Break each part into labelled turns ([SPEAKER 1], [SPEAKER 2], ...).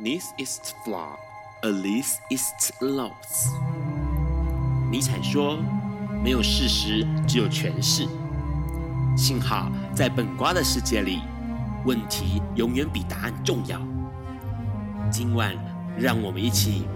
[SPEAKER 1] This is flaw, at least it's loss。尼采说：“没有事实，只有诠释。”幸好在本瓜的世界里，问题永远比答案重要。今晚，让我们一起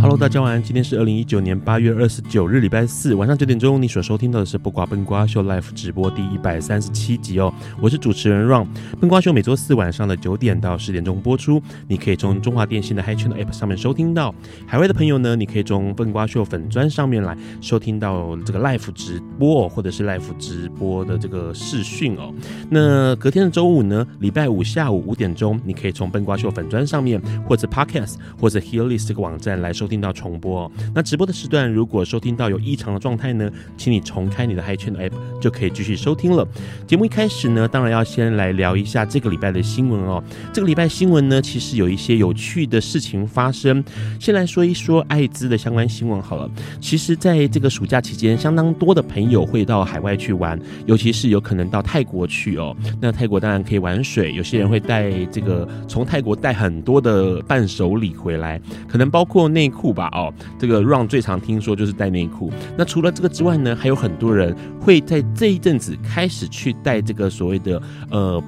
[SPEAKER 2] ！Hello，大家晚安，今天是二零一九年八月二十九日，礼拜四晚上九点钟，你所收听到的是《不瓜笨瓜秀》Live 直播第一百三十七集哦，我是主持人 Ron。笨瓜秀每周四晚上的九点到十点钟播出，你可以从中华电信的 Hi Channel App 上面收听到。海外的朋友呢，你可以从笨瓜秀粉砖上面来收听到这个 Live 直播、哦，或者是 Live 直播的这个视讯哦。那隔天的周五呢，礼拜五下午五点钟，你可以从笨瓜秀粉砖上面，或者 Podcast，或者 Hearlist 这个网站来收听到重播、哦。那直播的时段，如果收听到有异常的状态呢，请你重开你的 Hi Channel App 就可以继续收听了。节目一开始呢，当然要先来聊一下这个礼拜的新闻哦。这个礼拜新闻呢，其实有一些有趣的事情发生。先来说一说艾滋的相关新闻好了。其实，在这个暑假期间，相当多的朋友会到海外去玩，尤其是有可能到泰国去哦。那泰国当然可以玩水，有些人会带这个从泰国带很多的伴手礼回来，可能包括内裤吧哦。这个 Run 最常听说就是带内裤。那除了这个之外呢，还有很多人会在这一阵子开始去带这个所谓的呃。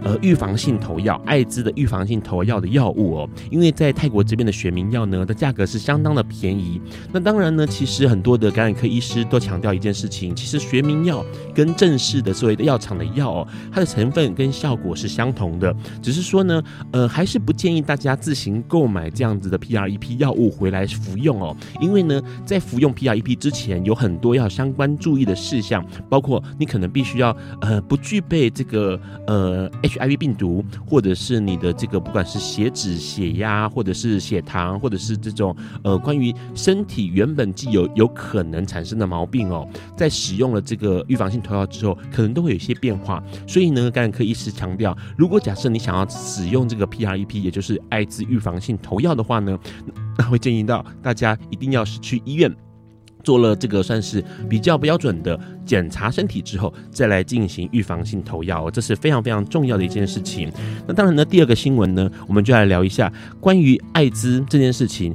[SPEAKER 2] 呃，预防性投药，艾滋的预防性投药的药物哦，因为在泰国这边的学名药呢，的价格是相当的便宜。那当然呢，其实很多的感染科医师都强调一件事情，其实学名药跟正式的所谓的药厂的药哦，它的成分跟效果是相同的，只是说呢，呃，还是不建议大家自行购买这样子的 PREP 药物回来服用哦，因为呢，在服用 PREP 之前，有很多要相关注意的事项，包括你可能必须要呃不具备这个呃。HIV 病毒，或者是你的这个不管是血脂、血压，或者是血糖，或者是这种呃关于身体原本既有有可能产生的毛病哦，在使用了这个预防性投药之后，可能都会有一些变化。所以呢，感染科医师强调，如果假设你想要使用这个 PREP，也就是艾滋预防性投药的话呢， 那会建议到大家一定要是去医院。做了这个算是比较标准的检查身体之后，再来进行预防性投药、哦，这是非常非常重要的一件事情。那当然呢，第二个新闻呢，我们就来聊一下关于艾滋这件事情。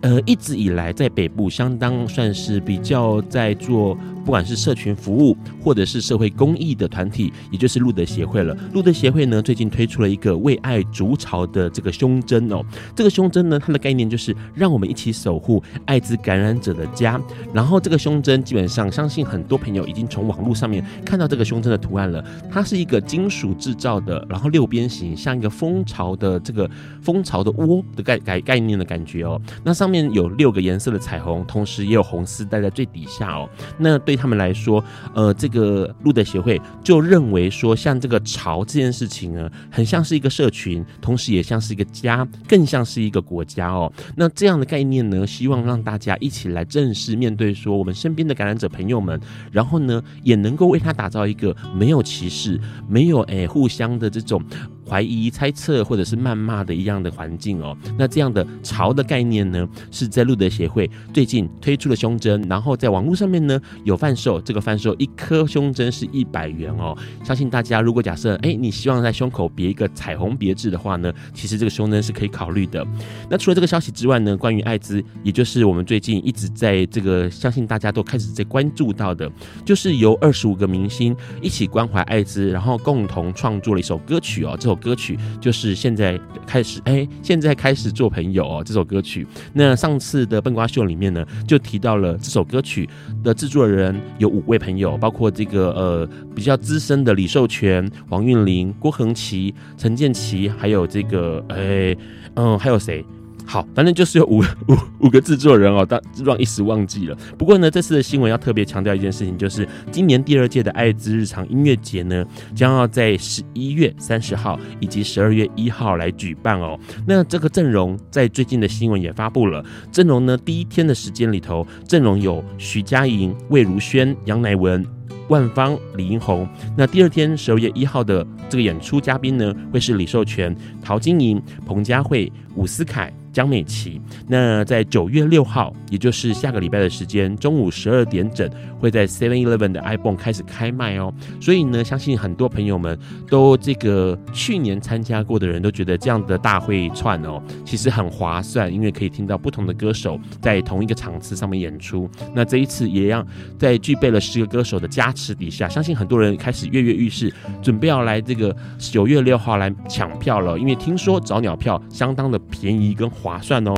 [SPEAKER 2] 呃，一直以来在北部相当算是比较在做，不管是社群服务或者是社会公益的团体，也就是路德协会了。路德协会呢，最近推出了一个为爱筑巢的这个胸针哦。这个胸针呢，它的概念就是让我们一起守护艾滋感染者的家。然后这个胸针基本上，相信很多朋友已经从网络上面看到这个胸针的图案了。它是一个金属制造的，然后六边形，像一个蜂巢的这个蜂巢的窝的概概概念的感觉哦。那上面。面有六个颜色的彩虹，同时也有红丝带在最底下哦。那对他们来说，呃，这个路德协会就认为说，像这个潮这件事情呢，很像是一个社群，同时也像是一个家，更像是一个国家哦。那这样的概念呢，希望让大家一起来正式面对说我们身边的感染者朋友们，然后呢，也能够为他打造一个没有歧视、没有诶、欸、互相的这种。怀疑、猜测或者是谩骂的一样的环境哦，那这样的潮的概念呢，是在路德协会最近推出了胸针，然后在网络上面呢有贩售，这个贩售一颗胸针是一百元哦。相信大家如果假设哎、欸、你希望在胸口别一个彩虹别致的话呢，其实这个胸针是可以考虑的。那除了这个消息之外呢，关于艾滋，也就是我们最近一直在这个相信大家都开始在关注到的，就是由二十五个明星一起关怀艾滋，然后共同创作了一首歌曲哦，这首。歌曲就是现在开始，哎、欸，现在开始做朋友哦。这首歌曲，那上次的笨瓜秀里面呢，就提到了这首歌曲的制作人有五位朋友，包括这个呃比较资深的李寿全、王韵玲、郭恒琪、陈建奇，还有这个哎嗯、欸呃，还有谁？好，反正就是有五五五个制作人哦，当让一时忘记了。不过呢，这次的新闻要特别强调一件事情，就是今年第二届的爱之日常音乐节呢，将要在十一月三十号以及十二月一号来举办哦。那这个阵容在最近的新闻也发布了，阵容呢第一天的时间里头，阵容有徐佳莹、魏如萱、杨乃文。万芳、李英红。那第二天十二月一号的这个演出嘉宾呢，会是李寿全、陶晶莹、彭佳慧、伍思凯、江美琪。那在九月六号，也就是下个礼拜的时间，中午十二点整，会在 Seven Eleven 的 iPhone 开始开卖哦。所以呢，相信很多朋友们都这个去年参加过的人都觉得这样的大会串哦，其实很划算，因为可以听到不同的歌手在同一个场次上面演出。那这一次也让在具备了十个歌手的加持底下，相信很多人开始跃跃欲试，准备要来这个九月六号来抢票了，因为听说早鸟票相当的便宜跟划算哦。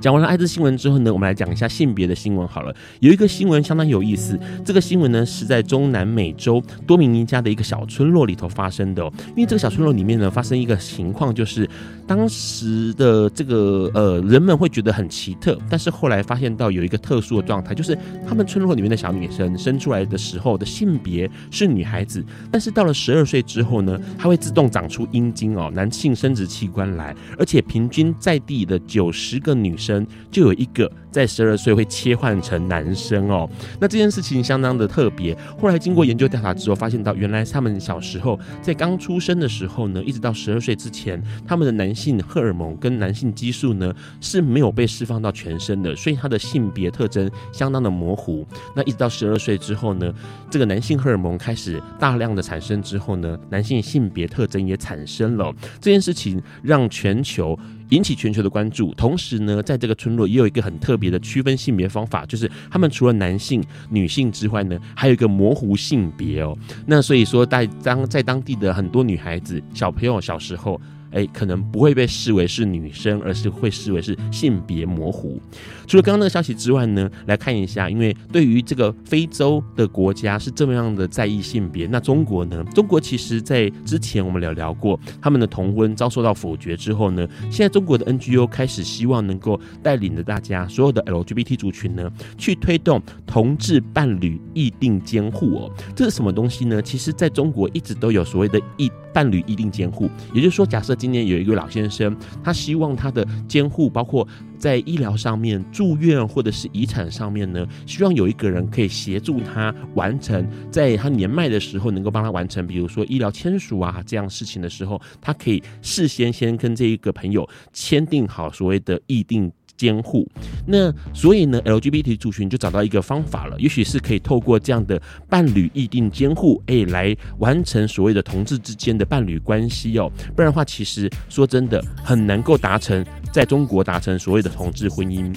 [SPEAKER 2] 讲完了艾滋新闻之后呢，我们来讲一下性别的新闻好了。有一个新闻相当有意思，这个新闻呢是在中南美洲多米尼加的一个小村落里头发生的、哦。因为这个小村落里面呢发生一个情况，就是当时的这个呃人们会觉得很奇特，但是后来发现到有一个特殊的状态，就是他们村落里面的小女生生出来的时候的性别是女孩子，但是到了十二岁之后呢，她会自动长出阴茎哦，男性生殖器官来，而且平均在地的九十个女生就有一个在十二岁会切换成男生哦。那这件事情相当的特别。后来经过研究调查之后，发现到原来他们小时候在刚出生的时候呢，一直到十二岁之前，他们的男性荷尔蒙跟男性激素呢是没有被释放到全身的，所以他的性别特征相当的模糊。那一直到十二岁之后呢，这个男性荷尔蒙开始大量的产生之后呢，男性性别特征也产生了。这件事情让全球引起全球的关注，同时呢，在这个村落也有一个很特别的区分性别方法，就是他们除了男性、女性之外呢，还有一个模糊性别哦。那所以说，在当在当地的很多女孩子、小朋友小时候。哎，可能不会被视为是女生，而是会视为是性别模糊。除了刚刚那个消息之外呢，来看一下，因为对于这个非洲的国家是这么样的在意性别，那中国呢？中国其实在之前我们聊聊过，他们的同婚遭受到否决之后呢，现在中国的 NGO 开始希望能够带领着大家所有的 LGBT 族群呢，去推动同志伴侣议定监护哦。这是什么东西呢？其实在中国一直都有所谓的议伴侣议定监护，也就是说，假设今年有一个老先生，他希望他的监护包括在医疗上面、住院或者是遗产上面呢，希望有一个人可以协助他完成，在他年迈的时候能够帮他完成，比如说医疗签署啊这样事情的时候，他可以事先先跟这一个朋友签订好所谓的议定。监护，那所以呢，LGBT 族群就找到一个方法了，也许是可以透过这样的伴侣议定监护，哎、来完成所谓的同志之间的伴侣关系哦。不然的话，其实说真的，很难够达成在中国达成所谓的同志婚姻。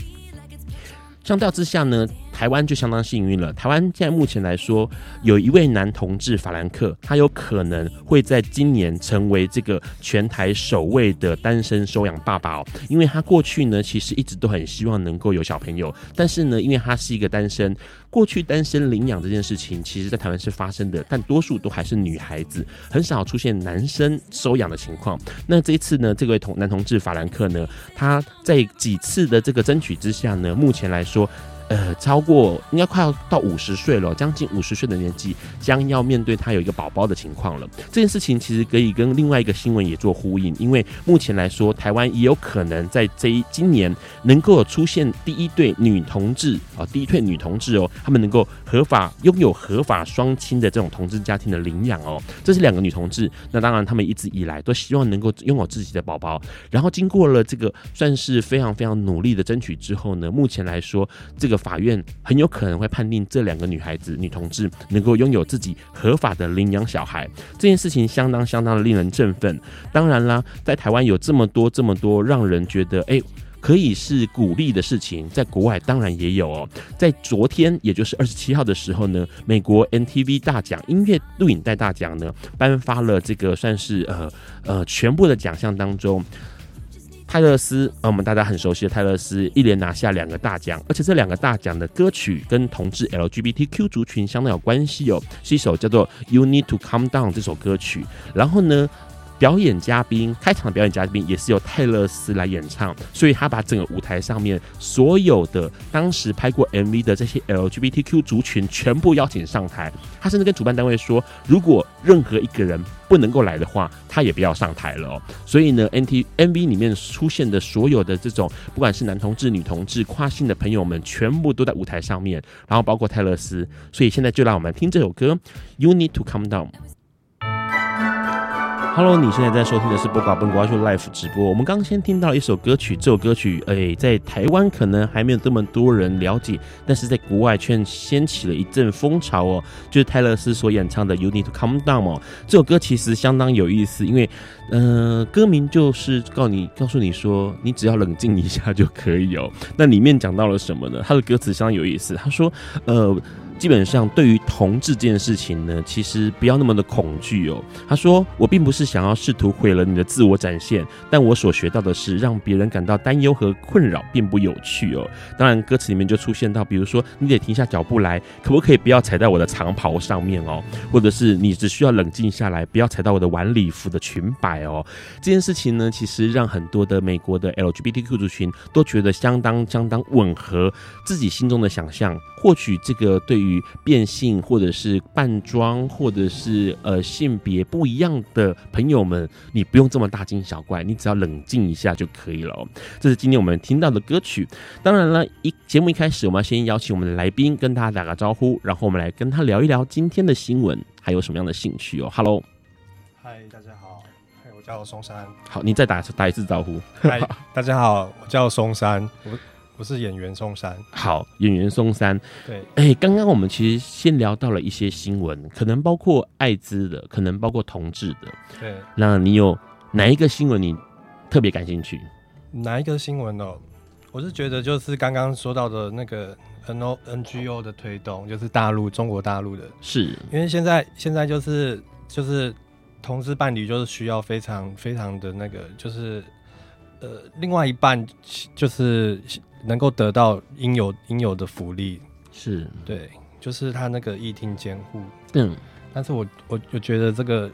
[SPEAKER 2] 相较之下呢，台湾就相当幸运了。台湾现在目前来说，有一位男同志法兰克，他有可能会在今年成为这个全台首位的单身收养爸爸哦。因为他过去呢，其实一直都很希望能够有小朋友，但是呢，因为他是一个单身，过去单身领养这件事情，其实在台湾是发生的，但多数都还是女孩子，很少出现男生收养的情况。那这一次呢，这位同男同志法兰克呢，他在几次的这个争取之下呢，目前来说。说，呃，超过应该快要到五十岁了，将近五十岁的年纪，将要面对他有一个宝宝的情况了。这件事情其实可以跟另外一个新闻也做呼应，因为目前来说，台湾也有可能在这一今年能够出现第一对女同志啊、第一对女同志哦，他们能够合法拥有合法双亲的这种同志家庭的领养哦。这是两个女同志，那当然他们一直以来都希望能够拥有自己的宝宝，然后经过了这个算是非常非常努力的争取之后呢，目前来说，这个法院很有可能会判定这两个女孩子、女同志能够拥有自己合法的领养小孩，这件事情相当相当的令人振奋。当然啦，在台湾有这么多这么多让人觉得哎。可以是鼓励的事情，在国外当然也有哦。在昨天，也就是二十七号的时候呢，美国 NTV 大奖音乐录影带大奖呢，颁发了这个算是呃呃全部的奖项当中。泰勒斯，啊，我们大家很熟悉的泰勒斯，一连拿下两个大奖，而且这两个大奖的歌曲跟同志 LGBTQ 族群相当有关系哦，是一首叫做《You Need to Calm Down》这首歌曲。然后呢，表演嘉宾开场的表演嘉宾也是由泰勒斯来演唱，所以他把整个舞台上面所有的当时拍过 MV 的这些 LGBTQ 族群全部邀请上台。他甚至跟主办单位说，如果任何一个人不能够来的话，他也不要上台了哦。所以呢，NT MV 里面出现的所有的这种，不管是男同志、女同志、跨性的朋友们，全部都在舞台上面，然后包括泰勒斯。所以现在就让我们听这首歌《You Need to Calm Down》。Hello，你现在在收听的是《播瓜笨瓜秀》Live 直播。我们刚刚先听到一首歌曲，这首歌曲哎、在台湾可能还没有这么多人了解，但是在国外却掀起了一阵风潮哦，就是泰勒斯所演唱的《You Need to Calm Down》哦。这首歌其实相当有意思，因为呃，歌名就是告你告诉你说，你只要冷静一下就可以哦。那里面讲到了什么呢？他的歌词相当有意思，他说呃。基本上，对于同志这件事情呢，其实不要那么的恐惧哦。他说：“我并不是想要试图毁了你的自我展现，但我所学到的是，让别人感到担忧和困扰并不有趣哦。”当然，歌词里面就出现到，比如说你得停下脚步来，可不可以不要踩在我的长袍上面哦？或者是你只需要冷静下来，不要踩到我的晚礼服的裙摆哦。这件事情呢，其实让很多的美国的 LGBTQ 族群都觉得相当相当吻合自己心中的想象。或许这个对于变性或者是扮装或者是呃性别不一样的朋友们，你不用这么大惊小怪，你只要冷静一下就可以了哦。这是今天我们听到的歌曲。当然了，一节目一开始，我们要先邀请我们的来宾跟大家打个招呼，然后我们来跟他聊一聊今天的新闻，还有什么样的兴趣哦。Hello，
[SPEAKER 3] 嗨，大家好，嗨，我叫松山。
[SPEAKER 2] 好，你再打打一次招呼。
[SPEAKER 3] 嗨，大家好，我叫松山，我我是演员松山。
[SPEAKER 2] 好，演员松山，
[SPEAKER 3] 对，
[SPEAKER 2] 哎，刚刚我们其实先聊到了一些新闻，可能包括艾滋的，可能包括同志的。
[SPEAKER 3] 对，
[SPEAKER 2] 那你有哪一个新闻你特别感兴趣？
[SPEAKER 3] 哪一个新闻哦？我是觉得就是刚刚说到的那个 N O N G O 的推动，就是大陆中国大陆的，
[SPEAKER 2] 是
[SPEAKER 3] 因为现在现在就是就是同志伴侣就是需要非常非常的那个就是呃另外一半就是能够得到应有应有的福利，
[SPEAKER 2] 是，
[SPEAKER 3] 对，就是他那个议听监护
[SPEAKER 2] 嗯，
[SPEAKER 3] 但是我我我觉得这个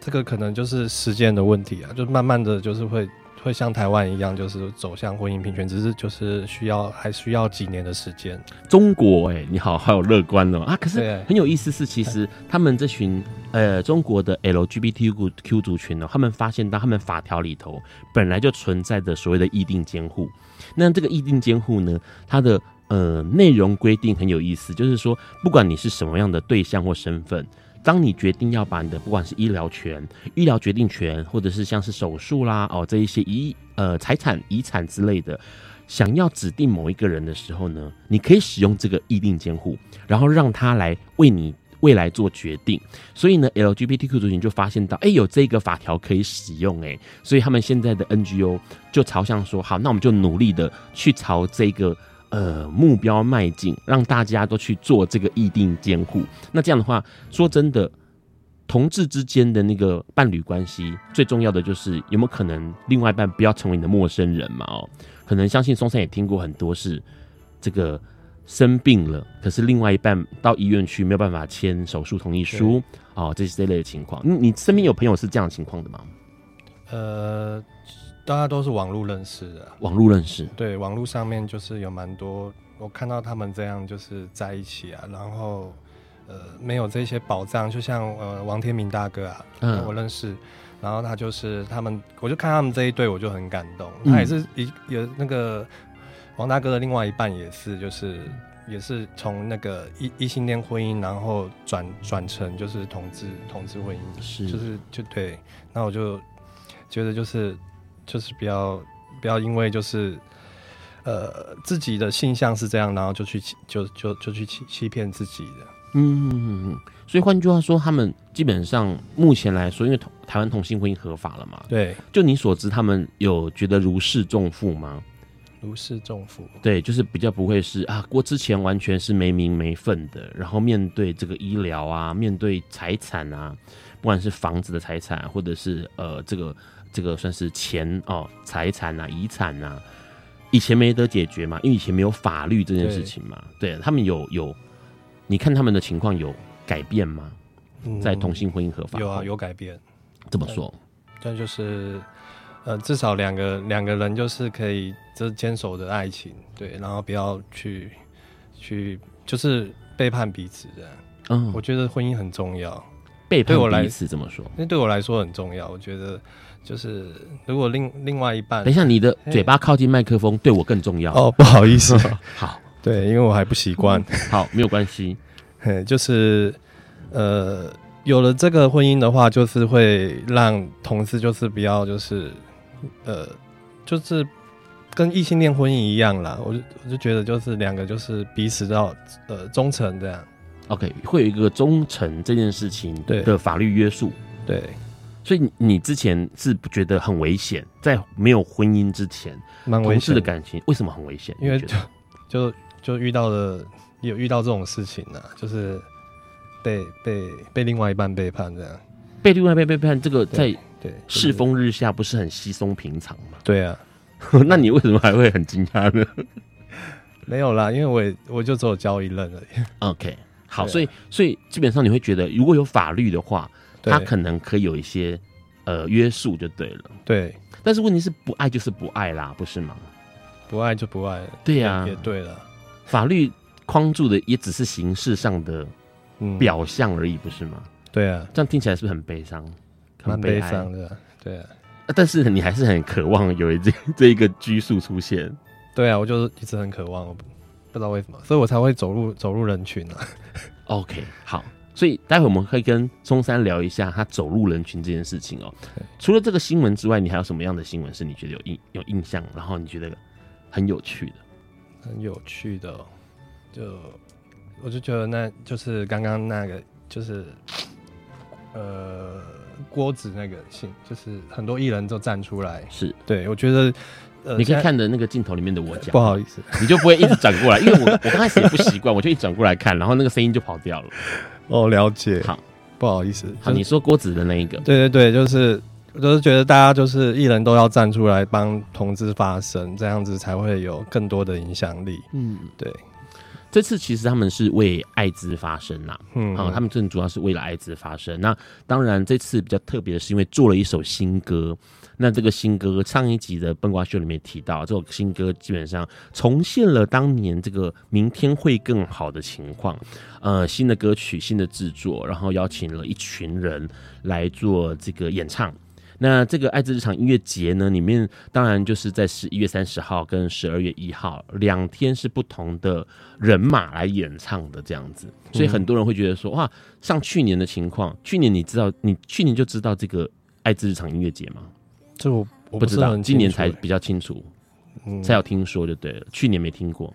[SPEAKER 3] 这个可能就是时间的问题啊，就慢慢的就是会会像台湾一样，就是走向婚姻平权，只是就是需要还需要几年的时间。
[SPEAKER 2] 中国哎、你好，好有乐观哦啊！可是
[SPEAKER 3] 对
[SPEAKER 2] 很有意思是，其实他们这群呃中国的 LGBTQ 族群呢，他们发现到他们法条里头本来就存在着所谓的议定监护。那这个议定监护呢，它的呃内容规定很有意思，就是说不管你是什么样的对象或身份。当你决定要把你的不管是医疗权、医疗决定权，或者是像是手术啦、哦这一些遗呃财产、遗产之类的，想要指定某一个人的时候呢，你可以使用这个议定监护，然后让他来为你未来做决定。所以呢，LGBTQ 族群就发现到，哎、有这个法条可以使用、哎，所以他们现在的 NGO 就朝向说，好，那我们就努力的去朝这个。呃，目标迈进，让大家都去做这个议定监护。那这样的话，说真的，同志之间的那个伴侣关系，最重要的就是有没有可能另外一半不要成为你的陌生人嘛？哦，可能相信松山也听过很多是这个生病了，可是另外一半到医院去没有办法签手术同意书哦，这这类的情况。你你身边有朋友是这样的情况的吗？
[SPEAKER 3] 呃，大家都是网络认识的啊，
[SPEAKER 2] 网络认识
[SPEAKER 3] 对，网络上面就是有蛮多，我看到他们这样就是在一起啊，然后呃没有这些保障，就像呃王天明大哥啊，
[SPEAKER 2] 嗯
[SPEAKER 3] 我认识。然后他就是他们，我就看他们这一对，我就很感动。
[SPEAKER 2] 嗯
[SPEAKER 3] 他也是一也那个王大哥的另外一半也是，就是
[SPEAKER 2] 嗯
[SPEAKER 3] 也是从那个异异性恋婚姻，然后转转成就是同志同志婚姻，
[SPEAKER 2] 是
[SPEAKER 3] 就是就对。那我就觉得就是就是不要不要因为就是呃自己的性向是这样，然后就去欺就就就去欺欺骗自己的。
[SPEAKER 2] 嗯嗯嗯嗯。所以换句话说，他们基本上目前来说，因为同台湾同性婚姻合法了嘛，
[SPEAKER 3] 对，
[SPEAKER 2] 就你所知，他们有觉得如释重负吗？
[SPEAKER 3] 如释重负。
[SPEAKER 2] 对，就是比较不会是啊，我之前完全是没名没分的，然后面对这个医疗啊，面对财产啊，不管是房子的财产，或者是呃这个这个算是钱哦，财产啊、遗产啊，以前没得解决嘛，因为以前没有法律这件事情嘛，对他们有有，你看他们的情况有改变吗？
[SPEAKER 3] 嗯
[SPEAKER 2] 在同性婚姻合法
[SPEAKER 3] 有啊，
[SPEAKER 2] 后
[SPEAKER 3] 有改变。
[SPEAKER 2] 这么说，
[SPEAKER 3] 但就是呃，至少两个两个人就是可以就是坚守的爱情，对，然后不要去去就是背叛彼此这样。
[SPEAKER 2] 嗯
[SPEAKER 3] 我，觉得婚姻很重要，
[SPEAKER 2] 背叛
[SPEAKER 3] 对我来
[SPEAKER 2] 彼此怎么说？
[SPEAKER 3] 那对我来说很重要。我觉得就是如果另另外一半
[SPEAKER 2] 等一下，你的嘴巴靠近麦克风对我更重要。
[SPEAKER 3] 哦，不好意思，
[SPEAKER 2] 好嗯
[SPEAKER 3] 对，因为我还不习惯。
[SPEAKER 2] 好，没有关系。
[SPEAKER 3] 嘿，就是呃，有了这个婚姻的话，就是会让同事就是不要就是呃，就是跟异性恋婚姻一样啦。我就我就觉得就是两个就是彼此到呃忠诚这样。
[SPEAKER 2] OK，会有一个忠诚这件事情
[SPEAKER 3] 对
[SPEAKER 2] 的法律约束，
[SPEAKER 3] 对，
[SPEAKER 2] 所以你你之前是觉得很危险，在没有婚姻之前，
[SPEAKER 3] 蛮危
[SPEAKER 2] 同事
[SPEAKER 3] 险
[SPEAKER 2] 的，感情为什么很危险？
[SPEAKER 3] 因为
[SPEAKER 2] 你觉
[SPEAKER 3] 就
[SPEAKER 2] 得
[SPEAKER 3] 就就遇到了有遇到这种事情呢、就是被被被另外一半背叛这样。
[SPEAKER 2] 被另外被背叛，这个在
[SPEAKER 3] 对，就是
[SPEAKER 2] 世风日下不是很稀松平常吗？
[SPEAKER 3] 对啊，
[SPEAKER 2] 那你为什么还会很惊讶呢
[SPEAKER 3] 没有啦，因为我也我就只有交一任而已。
[SPEAKER 2] ？OK，好，
[SPEAKER 3] 对啊
[SPEAKER 2] 所以所以基本上你会觉得，如果有法律的话，
[SPEAKER 3] 对
[SPEAKER 2] 它可能可以有一些呃约束就对了。
[SPEAKER 3] 对，
[SPEAKER 2] 但是问题是不爱就是不爱啦，不是吗？
[SPEAKER 3] 不爱就不爱了，
[SPEAKER 2] 对啊呀、
[SPEAKER 3] 也也对了，
[SPEAKER 2] 法律框住的也只是形式上的
[SPEAKER 3] 嗯，
[SPEAKER 2] 表象而已，不是吗？
[SPEAKER 3] 对啊，
[SPEAKER 2] 这样听起来是不是很悲伤？
[SPEAKER 3] 蛮
[SPEAKER 2] 很
[SPEAKER 3] 悲
[SPEAKER 2] 哀
[SPEAKER 3] 伤的啊，对啊，
[SPEAKER 2] 啊但是你还是很渴望有一这 这一个拘束出现。
[SPEAKER 3] 对啊，我就是一直很渴望，我不不知道为什么，所以我才会走入走入人群啊，
[SPEAKER 2] OK，好，所以待会我们可以跟松山聊一下他走入人群这件事情哦
[SPEAKER 3] 对。
[SPEAKER 2] 除了这个新闻之外，你还有什么样的新闻是你觉得有印有印象，然后你觉得很有趣的？
[SPEAKER 3] 很有趣的哦、就我就觉得那就是刚刚那个就是呃郭子那个信，就是很多艺人都站出来，
[SPEAKER 2] 是，
[SPEAKER 3] 对我觉得
[SPEAKER 2] 你
[SPEAKER 3] 呃
[SPEAKER 2] 可以
[SPEAKER 3] 现在
[SPEAKER 2] 看着那个镜头里面的我讲
[SPEAKER 3] 不，好意思，
[SPEAKER 2] 你就不会一直转过来，因为我我刚开始也不习惯，我就一转过来看，然后那个声音就跑掉了。
[SPEAKER 3] 哦，了 解，
[SPEAKER 2] 好，
[SPEAKER 3] 不好意思，
[SPEAKER 2] 好，
[SPEAKER 3] 就是
[SPEAKER 2] 你说郭子的那一个，
[SPEAKER 3] 对对对，就是我就是觉得大家就是艺人都要站出来帮同志发声，这样子才会有更多的影响力。
[SPEAKER 2] 嗯，
[SPEAKER 3] 对，
[SPEAKER 2] 这次其实他们是为艾滋发声啦、
[SPEAKER 3] 嗯，
[SPEAKER 2] 啊，他们更主要是为了艾滋发声。那当然，这次比较特别的是，因为做了一首新歌。那这个新歌上一集的《笨瓜秀》里面也提到，这首新歌基本上重现了当年这个“明天会更好”的情况。呃，新的歌曲、新的制作，然后邀请了一群人来做这个演唱。那这个爱之日常音乐节呢，里面当然就是在十一月三十号跟十二月一号两天是不同的人马来演唱的这样子，所
[SPEAKER 3] 嗯
[SPEAKER 2] 以很多人会觉得说，哇，像去年的情况，去年你知道，你去年就知道这个爱之日常音乐节吗？
[SPEAKER 3] 这我我
[SPEAKER 2] 不
[SPEAKER 3] 是
[SPEAKER 2] 知道，
[SPEAKER 3] 很
[SPEAKER 2] 今年
[SPEAKER 3] 清楚
[SPEAKER 2] 才比较清楚，
[SPEAKER 3] 嗯
[SPEAKER 2] 才有听说就对了，去年没听过，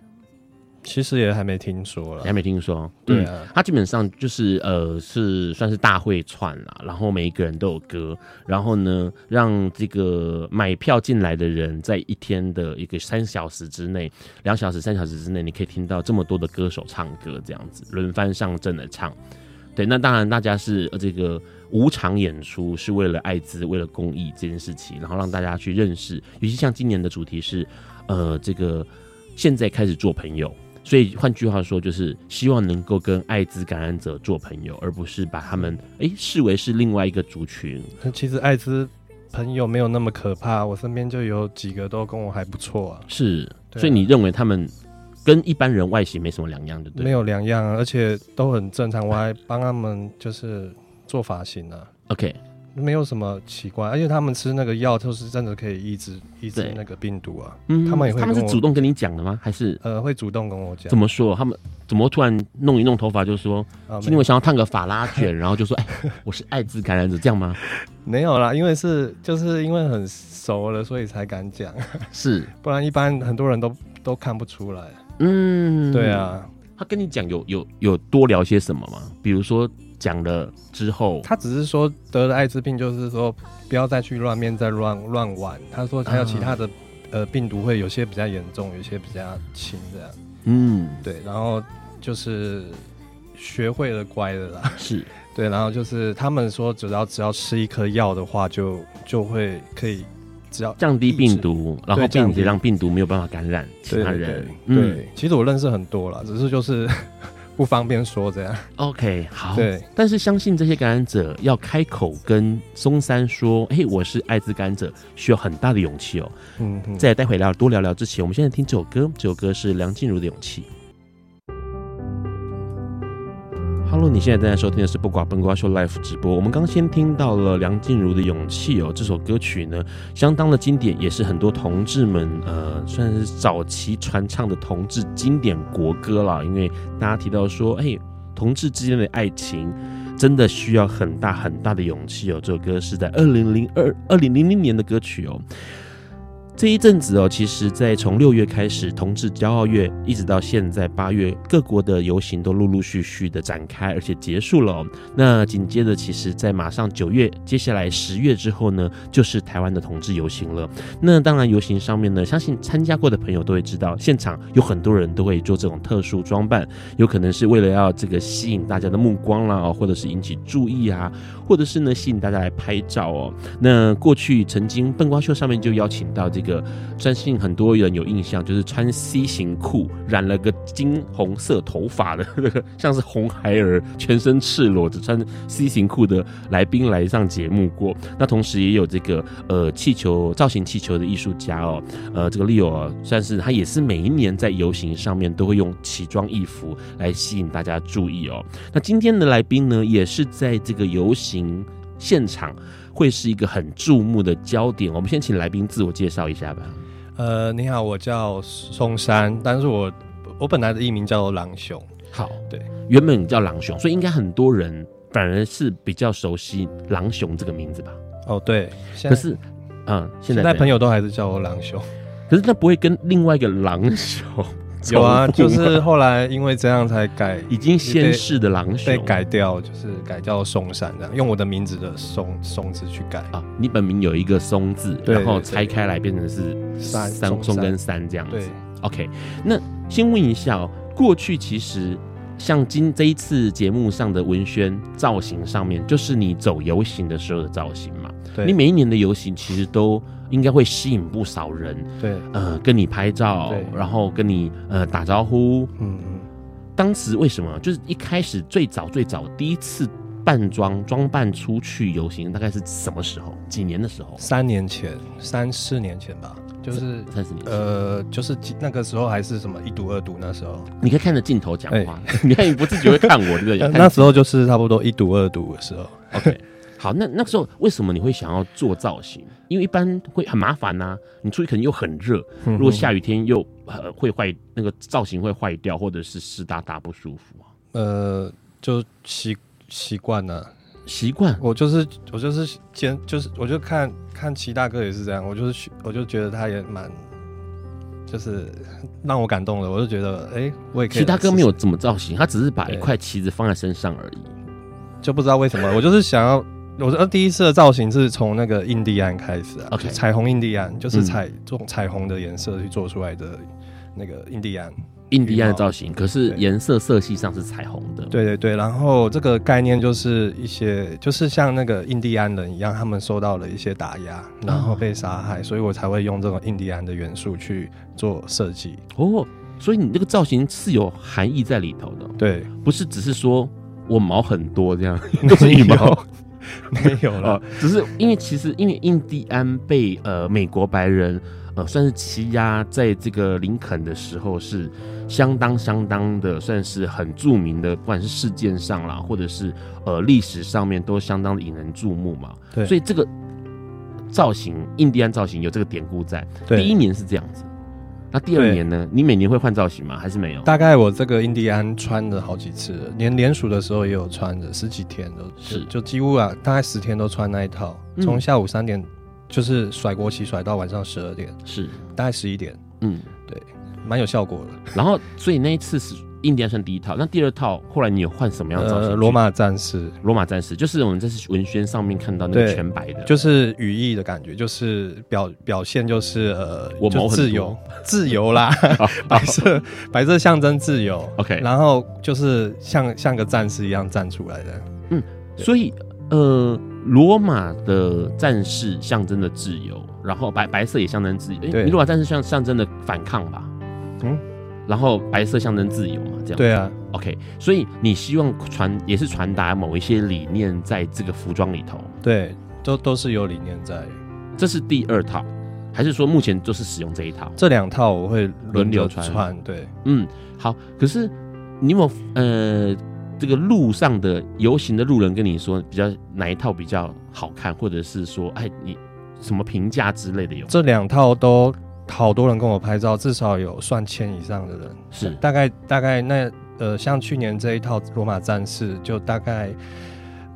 [SPEAKER 3] 其实也还没听说
[SPEAKER 2] 你
[SPEAKER 3] 了
[SPEAKER 2] 还。没听说？
[SPEAKER 3] 对
[SPEAKER 2] 嗯
[SPEAKER 3] 啊，
[SPEAKER 2] 它基本上就是呃是算是大会串啦，然后每一个人都有歌，然后呢让这个买票进来的人在一天的一个三小时之内，两小时三小时之内，你可以听到这么多的歌手唱歌，这样子轮番上阵的唱。对，那当然大家是呃这个无偿演出，是为了艾滋，为了公益这件事情，然后让大家去认识，尤其像今年的主题是呃这个现在开始做朋友。所以换句话说，就是希望能够跟艾滋感染者做朋友，而不是把他们诶视为是另外一个族群。
[SPEAKER 3] 其实艾滋朋友没有那么可怕，我身边就有几个都跟我还不错啊，
[SPEAKER 2] 是，
[SPEAKER 3] 对啊
[SPEAKER 2] 所以你认为他们跟一般人外形没什么两样，对不对？
[SPEAKER 3] 没有两样啊，而且都很正常。我还帮他们就是做发型啊。
[SPEAKER 2] OK，
[SPEAKER 3] 没有什么奇怪，而且他们吃那个药，就是真的可以抑制抑制
[SPEAKER 2] 对
[SPEAKER 3] 那个病毒啊。
[SPEAKER 2] 嗯，
[SPEAKER 3] 他们也会
[SPEAKER 2] 他们是
[SPEAKER 3] 跟我
[SPEAKER 2] 主动跟你讲的吗？还是
[SPEAKER 3] 呃，会主动跟我讲
[SPEAKER 2] 怎。么说？他们怎么突然弄一弄头发就说哎
[SPEAKER 3] 啊
[SPEAKER 2] 今天我想要烫个发拉卷，然后就说哎、我是艾滋感染者，这样吗？
[SPEAKER 3] 没有啦，因为是就是因为很熟了，所以才敢讲，
[SPEAKER 2] 是，
[SPEAKER 3] 不然一般很多人都都看不出来。
[SPEAKER 2] 嗯，
[SPEAKER 3] 对。啊，
[SPEAKER 2] 他跟你讲有有有多聊些什么吗？比如说讲了之后，
[SPEAKER 3] 他只是说得了艾滋病，就是说不要再去乱面再乱乱玩。他说还有其他的、
[SPEAKER 2] 啊
[SPEAKER 3] 呃病毒会有些比较严重，有些比较轻这样。
[SPEAKER 2] 嗯，
[SPEAKER 3] 对，然后就是学会了乖的啦。
[SPEAKER 2] 是
[SPEAKER 3] 对，然后就是他们说只要只要吃一颗药的话就，就会可以只要
[SPEAKER 2] 降低病毒，然后
[SPEAKER 3] 对降
[SPEAKER 2] 并
[SPEAKER 3] 低
[SPEAKER 2] 且让病毒没有办法感染其
[SPEAKER 3] 对
[SPEAKER 2] 他
[SPEAKER 3] 对
[SPEAKER 2] 人。嗯
[SPEAKER 3] 对，对其实我认识很多啦，只是就是 不方便说这
[SPEAKER 2] 哦
[SPEAKER 3] 样。
[SPEAKER 2] OK，好。
[SPEAKER 3] 对，
[SPEAKER 2] 但是相信这些感染者要开口跟松山说：“嘿，我是艾滋感染者”，需要很大的勇气哦。
[SPEAKER 3] 嗯嗯，
[SPEAKER 2] 在待会聊多聊聊之前，我们现在听这首歌，这首歌是梁静茹的《勇气》。Hello，你现在正在收听的是不寡本瓜秀 Live 直播。我们刚先听到了梁静茹的《勇气》哦，这首歌曲呢相当的经典，也是很多同志们呃算是早期传唱的同志经典国歌啦。因为大家提到说，哎，同志之间的爱情真的需要很大很大的勇气哦。这首歌是在二零零二二零零零年的歌曲哦。这一阵子哦，其实，在从六月开始，同志骄傲月一直到现在八月，各国的游行都陆陆续续的展开，而且结束了、哦。那紧接着，其实，在马上九月，接下来十月之后呢，就是台湾的同志游行了。那当然，游行上面呢，相信参加过的朋友都会知道，现场有很多人都会做这种特殊装扮，有可能是为了要这个吸引大家的目光啦，哦，或者是引起注意啊，或者是呢吸引大家来拍照哦。那过去曾经笨瓜秀上面就邀请到这个，相信很多人有印象，就是穿 C 型裤、染了个金红色头发的那个，像是红孩儿，全身赤裸，只穿 C 型裤的来宾来上节目过。那同时也有这个呃气球造型气球的艺术家哦，呃，这个 Leo 啊算是他也是每一年在游行上面都会用奇装异服来吸引大家注意哦。那今天的来宾呢，也是在这个游行现场会是一个很注目的焦点。我们先请来宾自我介绍一下吧。
[SPEAKER 3] 呃，你好，我叫松山，但是我我本来的艺名叫做狼熊。
[SPEAKER 2] 好，
[SPEAKER 3] 对，
[SPEAKER 2] 原本你叫狼熊，所以应该很多人反而是比较熟悉狼熊这个名字吧。
[SPEAKER 3] 哦，对，现
[SPEAKER 2] 可
[SPEAKER 3] 在
[SPEAKER 2] 是，嗯，现
[SPEAKER 3] 现
[SPEAKER 2] 在
[SPEAKER 3] 在朋
[SPEAKER 2] 友，
[SPEAKER 3] 友都还是叫我狼熊。
[SPEAKER 2] 可是那不会跟另外一个狼熊
[SPEAKER 3] 有 啊，
[SPEAKER 2] 重
[SPEAKER 3] 就
[SPEAKER 2] 复吗
[SPEAKER 3] 是后来因为这样才改，
[SPEAKER 2] 已经先逝的狼
[SPEAKER 3] 被
[SPEAKER 2] 熊
[SPEAKER 3] 改掉，就是改叫松山这样，用我的名字的松松字去改。
[SPEAKER 2] 啊，你本名有一个松字，
[SPEAKER 3] 对
[SPEAKER 2] 然后
[SPEAKER 3] 对
[SPEAKER 2] 拆开来变成是
[SPEAKER 3] 山
[SPEAKER 2] 三
[SPEAKER 3] 松
[SPEAKER 2] 松
[SPEAKER 3] 山
[SPEAKER 2] 跟三这样子
[SPEAKER 3] 对。，
[SPEAKER 2] OK，那先问一下哦，过去其实像今这一次节目上的文宣造型上面，就是你走游行的时候的造型嘛。
[SPEAKER 3] 对，
[SPEAKER 2] 你每一年的游行其实都应该会吸引不少人，
[SPEAKER 3] 对，
[SPEAKER 2] 呃，跟你拍照
[SPEAKER 3] 对，
[SPEAKER 2] 然后跟你呃打招呼。
[SPEAKER 3] 嗯嗯，
[SPEAKER 2] 当时为什么？就是一开始最早最早第一次扮装装扮出去游行，大概是什么时候？几年的时候？
[SPEAKER 3] 三年前，三四年前吧，就是
[SPEAKER 2] 三十年前。
[SPEAKER 3] 呃，就是几那个时候还是什么一读二读那时候，
[SPEAKER 2] 你可以看着镜头讲话，
[SPEAKER 3] 哎
[SPEAKER 2] 你看你不自觉会看我，对 不对？
[SPEAKER 3] 那
[SPEAKER 2] 看
[SPEAKER 3] 呃那时候就是差不多一读二读的时候。
[SPEAKER 2] OK，好，那那时候为什么你会想要做造型？因为一般会很麻烦呐、啊你出去可能又很热，
[SPEAKER 3] 嗯
[SPEAKER 2] 如果下雨天又呃会坏，那个造型会坏掉，或者是湿哒哒不舒服啊。
[SPEAKER 3] 呃，就习习惯了。
[SPEAKER 2] 习惯
[SPEAKER 3] 我就是我就是先就是我就看看齐大哥也是这样，我就是去我就觉得他也蛮就是让我感动的，我就觉得哎、诶我也可以。
[SPEAKER 2] 其他歌没有，怎么造型，他只是把一
[SPEAKER 3] 对
[SPEAKER 2] 块旗子放在身上而已。
[SPEAKER 3] 就不知道为什么，我就是想要。我的第一次的造型是从那个印第安开始啊
[SPEAKER 2] OK
[SPEAKER 3] 彩虹印第安就是
[SPEAKER 2] 嗯
[SPEAKER 3] 彩、这种彩虹的颜色去做出来的那个印第安，
[SPEAKER 2] 印第安的造型，可是
[SPEAKER 3] 对
[SPEAKER 2] 颜色色系上是彩虹的。，
[SPEAKER 3] 对对对，然后这个概念就是一些，就是像那个印第安人一样，他们受到了一些打压，然后被杀害，
[SPEAKER 2] 嗯
[SPEAKER 3] 所以我才会用这种印第安的元素去做设计。
[SPEAKER 2] 哦，所以你这个造型是有含义在里头的，
[SPEAKER 3] 对，
[SPEAKER 2] 不是只是说我毛很多 这样，都是羽毛。
[SPEAKER 3] 没有了
[SPEAKER 2] 哦，，只是因为其实因为印第安被呃美国白人呃算是欺压，在这个林肯的时候是相当相当的算是很著名的，不管是事件上啦，或者是呃历史上面都相当的引人注目嘛。
[SPEAKER 3] 对
[SPEAKER 2] 所以这个造型，印第安造型有这个典故在。第一
[SPEAKER 3] 对，
[SPEAKER 2] 年是这样子，那第二
[SPEAKER 3] 对
[SPEAKER 2] 年呢？你每年会换造型吗？还是没有？
[SPEAKER 3] 大概我这个印第安穿了好几次了，连联署的时候也有穿着，十几天都
[SPEAKER 2] 是
[SPEAKER 3] 就就几乎啊，大概十天都穿那一套，
[SPEAKER 2] 嗯
[SPEAKER 3] 从下午三点就是甩国旗甩到晚上十二点，
[SPEAKER 2] 是，
[SPEAKER 3] 大概十一点，
[SPEAKER 2] 嗯。
[SPEAKER 3] 蛮有效果的。
[SPEAKER 2] 然后，所以那一次是印第安算第一套，那第二套后来你有换什么样的造型去？
[SPEAKER 3] 呃，罗马战士，
[SPEAKER 2] 罗马战士，就是我们这次文宣上面看到那个
[SPEAKER 3] 对
[SPEAKER 2] 全白的，
[SPEAKER 3] 就是语义的感觉，就是表表现就是呃，
[SPEAKER 2] 我
[SPEAKER 3] 就
[SPEAKER 2] 毛很
[SPEAKER 3] 自
[SPEAKER 2] 多
[SPEAKER 3] 由，自 由啦， 白色白色象征自由
[SPEAKER 2] OK
[SPEAKER 3] 然后就是像像个战士一样站出来的，
[SPEAKER 2] 所以呃，罗马的战士象征着自由，然后白白色也象征自由，诶
[SPEAKER 3] 对
[SPEAKER 2] 罗马战士象象征的反抗吧，
[SPEAKER 3] 嗯，
[SPEAKER 2] 然后白色象征自由嘛，这样
[SPEAKER 3] 对啊，
[SPEAKER 2] OK，所以你希望传也是传达某一些理念在这个服装里头，
[SPEAKER 3] 对，都都是有理念在。
[SPEAKER 2] 这是第二套，还是说目前就是使用这一套？
[SPEAKER 3] 这两套我会
[SPEAKER 2] 轮
[SPEAKER 3] 轮
[SPEAKER 2] 流
[SPEAKER 3] 流
[SPEAKER 2] 穿
[SPEAKER 3] 穿，对，
[SPEAKER 2] 嗯，好。可是你有没有呃，这个路上的游行的路人跟你说比较哪一套比较好看，或者是说哎你什么评价之类的有吗？
[SPEAKER 3] 这两套都好多人跟我拍照，至少有算千以上的人，
[SPEAKER 2] 是
[SPEAKER 3] 大概大概那呃，像去年这一套罗马战士，就大概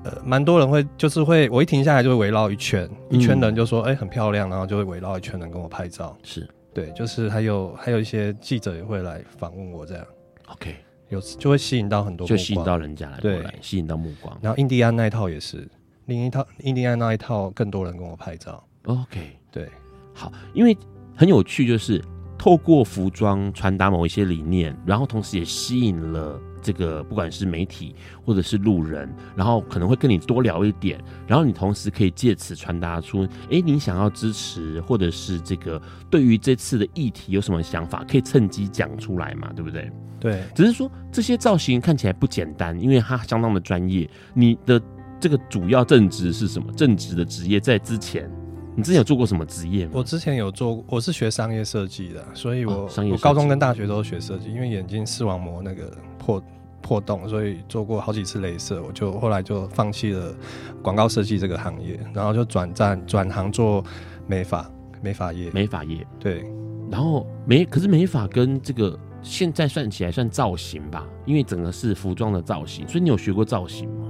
[SPEAKER 3] 呃蛮多人会就是会我一停下来就会围绕一圈，一圈
[SPEAKER 2] 嗯
[SPEAKER 3] 人就说哎、很漂亮，然后就会围绕一圈人跟我拍照，
[SPEAKER 2] 是
[SPEAKER 3] 对，就是还有还有一些记者也会来访问我这样。
[SPEAKER 2] ，OK，
[SPEAKER 3] 有就会吸引到很多，
[SPEAKER 2] 就吸引到。人家来过
[SPEAKER 3] 对
[SPEAKER 2] 来，吸引到目光。
[SPEAKER 3] 然后印第安那一套也是，另一套印第安那一套更多人跟我拍照。
[SPEAKER 2] OK，
[SPEAKER 3] 对，
[SPEAKER 2] 好，因为很有趣，就是透过服装传达某一些理念，然后同时也吸引了这个不管是媒体或者是路人，然后可能会跟你多聊一点，然后你同时可以借此传达出，诶，你想要支持或者是这个对于这次的议题有什么想法，可以趁机讲出来嘛，对不对？
[SPEAKER 3] 对，
[SPEAKER 2] 只是说这些造型看起来不简单，因为它相当的专业。你的这个主要正职是什么？正职的职业在之前，你之前有做过什么职业吗？
[SPEAKER 3] 我之前有做，我是学商业设计的，啊所以我、
[SPEAKER 2] 哦商业
[SPEAKER 3] 我
[SPEAKER 2] 设计
[SPEAKER 3] 高中跟大学都是学设计，因为眼睛视网膜那个破破洞，所以做过好几次镭射，我就后来就放弃了广告设计这个行业，然后就转战转行做美发美发业。
[SPEAKER 2] 美发业，
[SPEAKER 3] 对，
[SPEAKER 2] 然后美可是美发跟这个现在算起来算造型吧，因为整个是服装的造型，所以你有学过造型吗？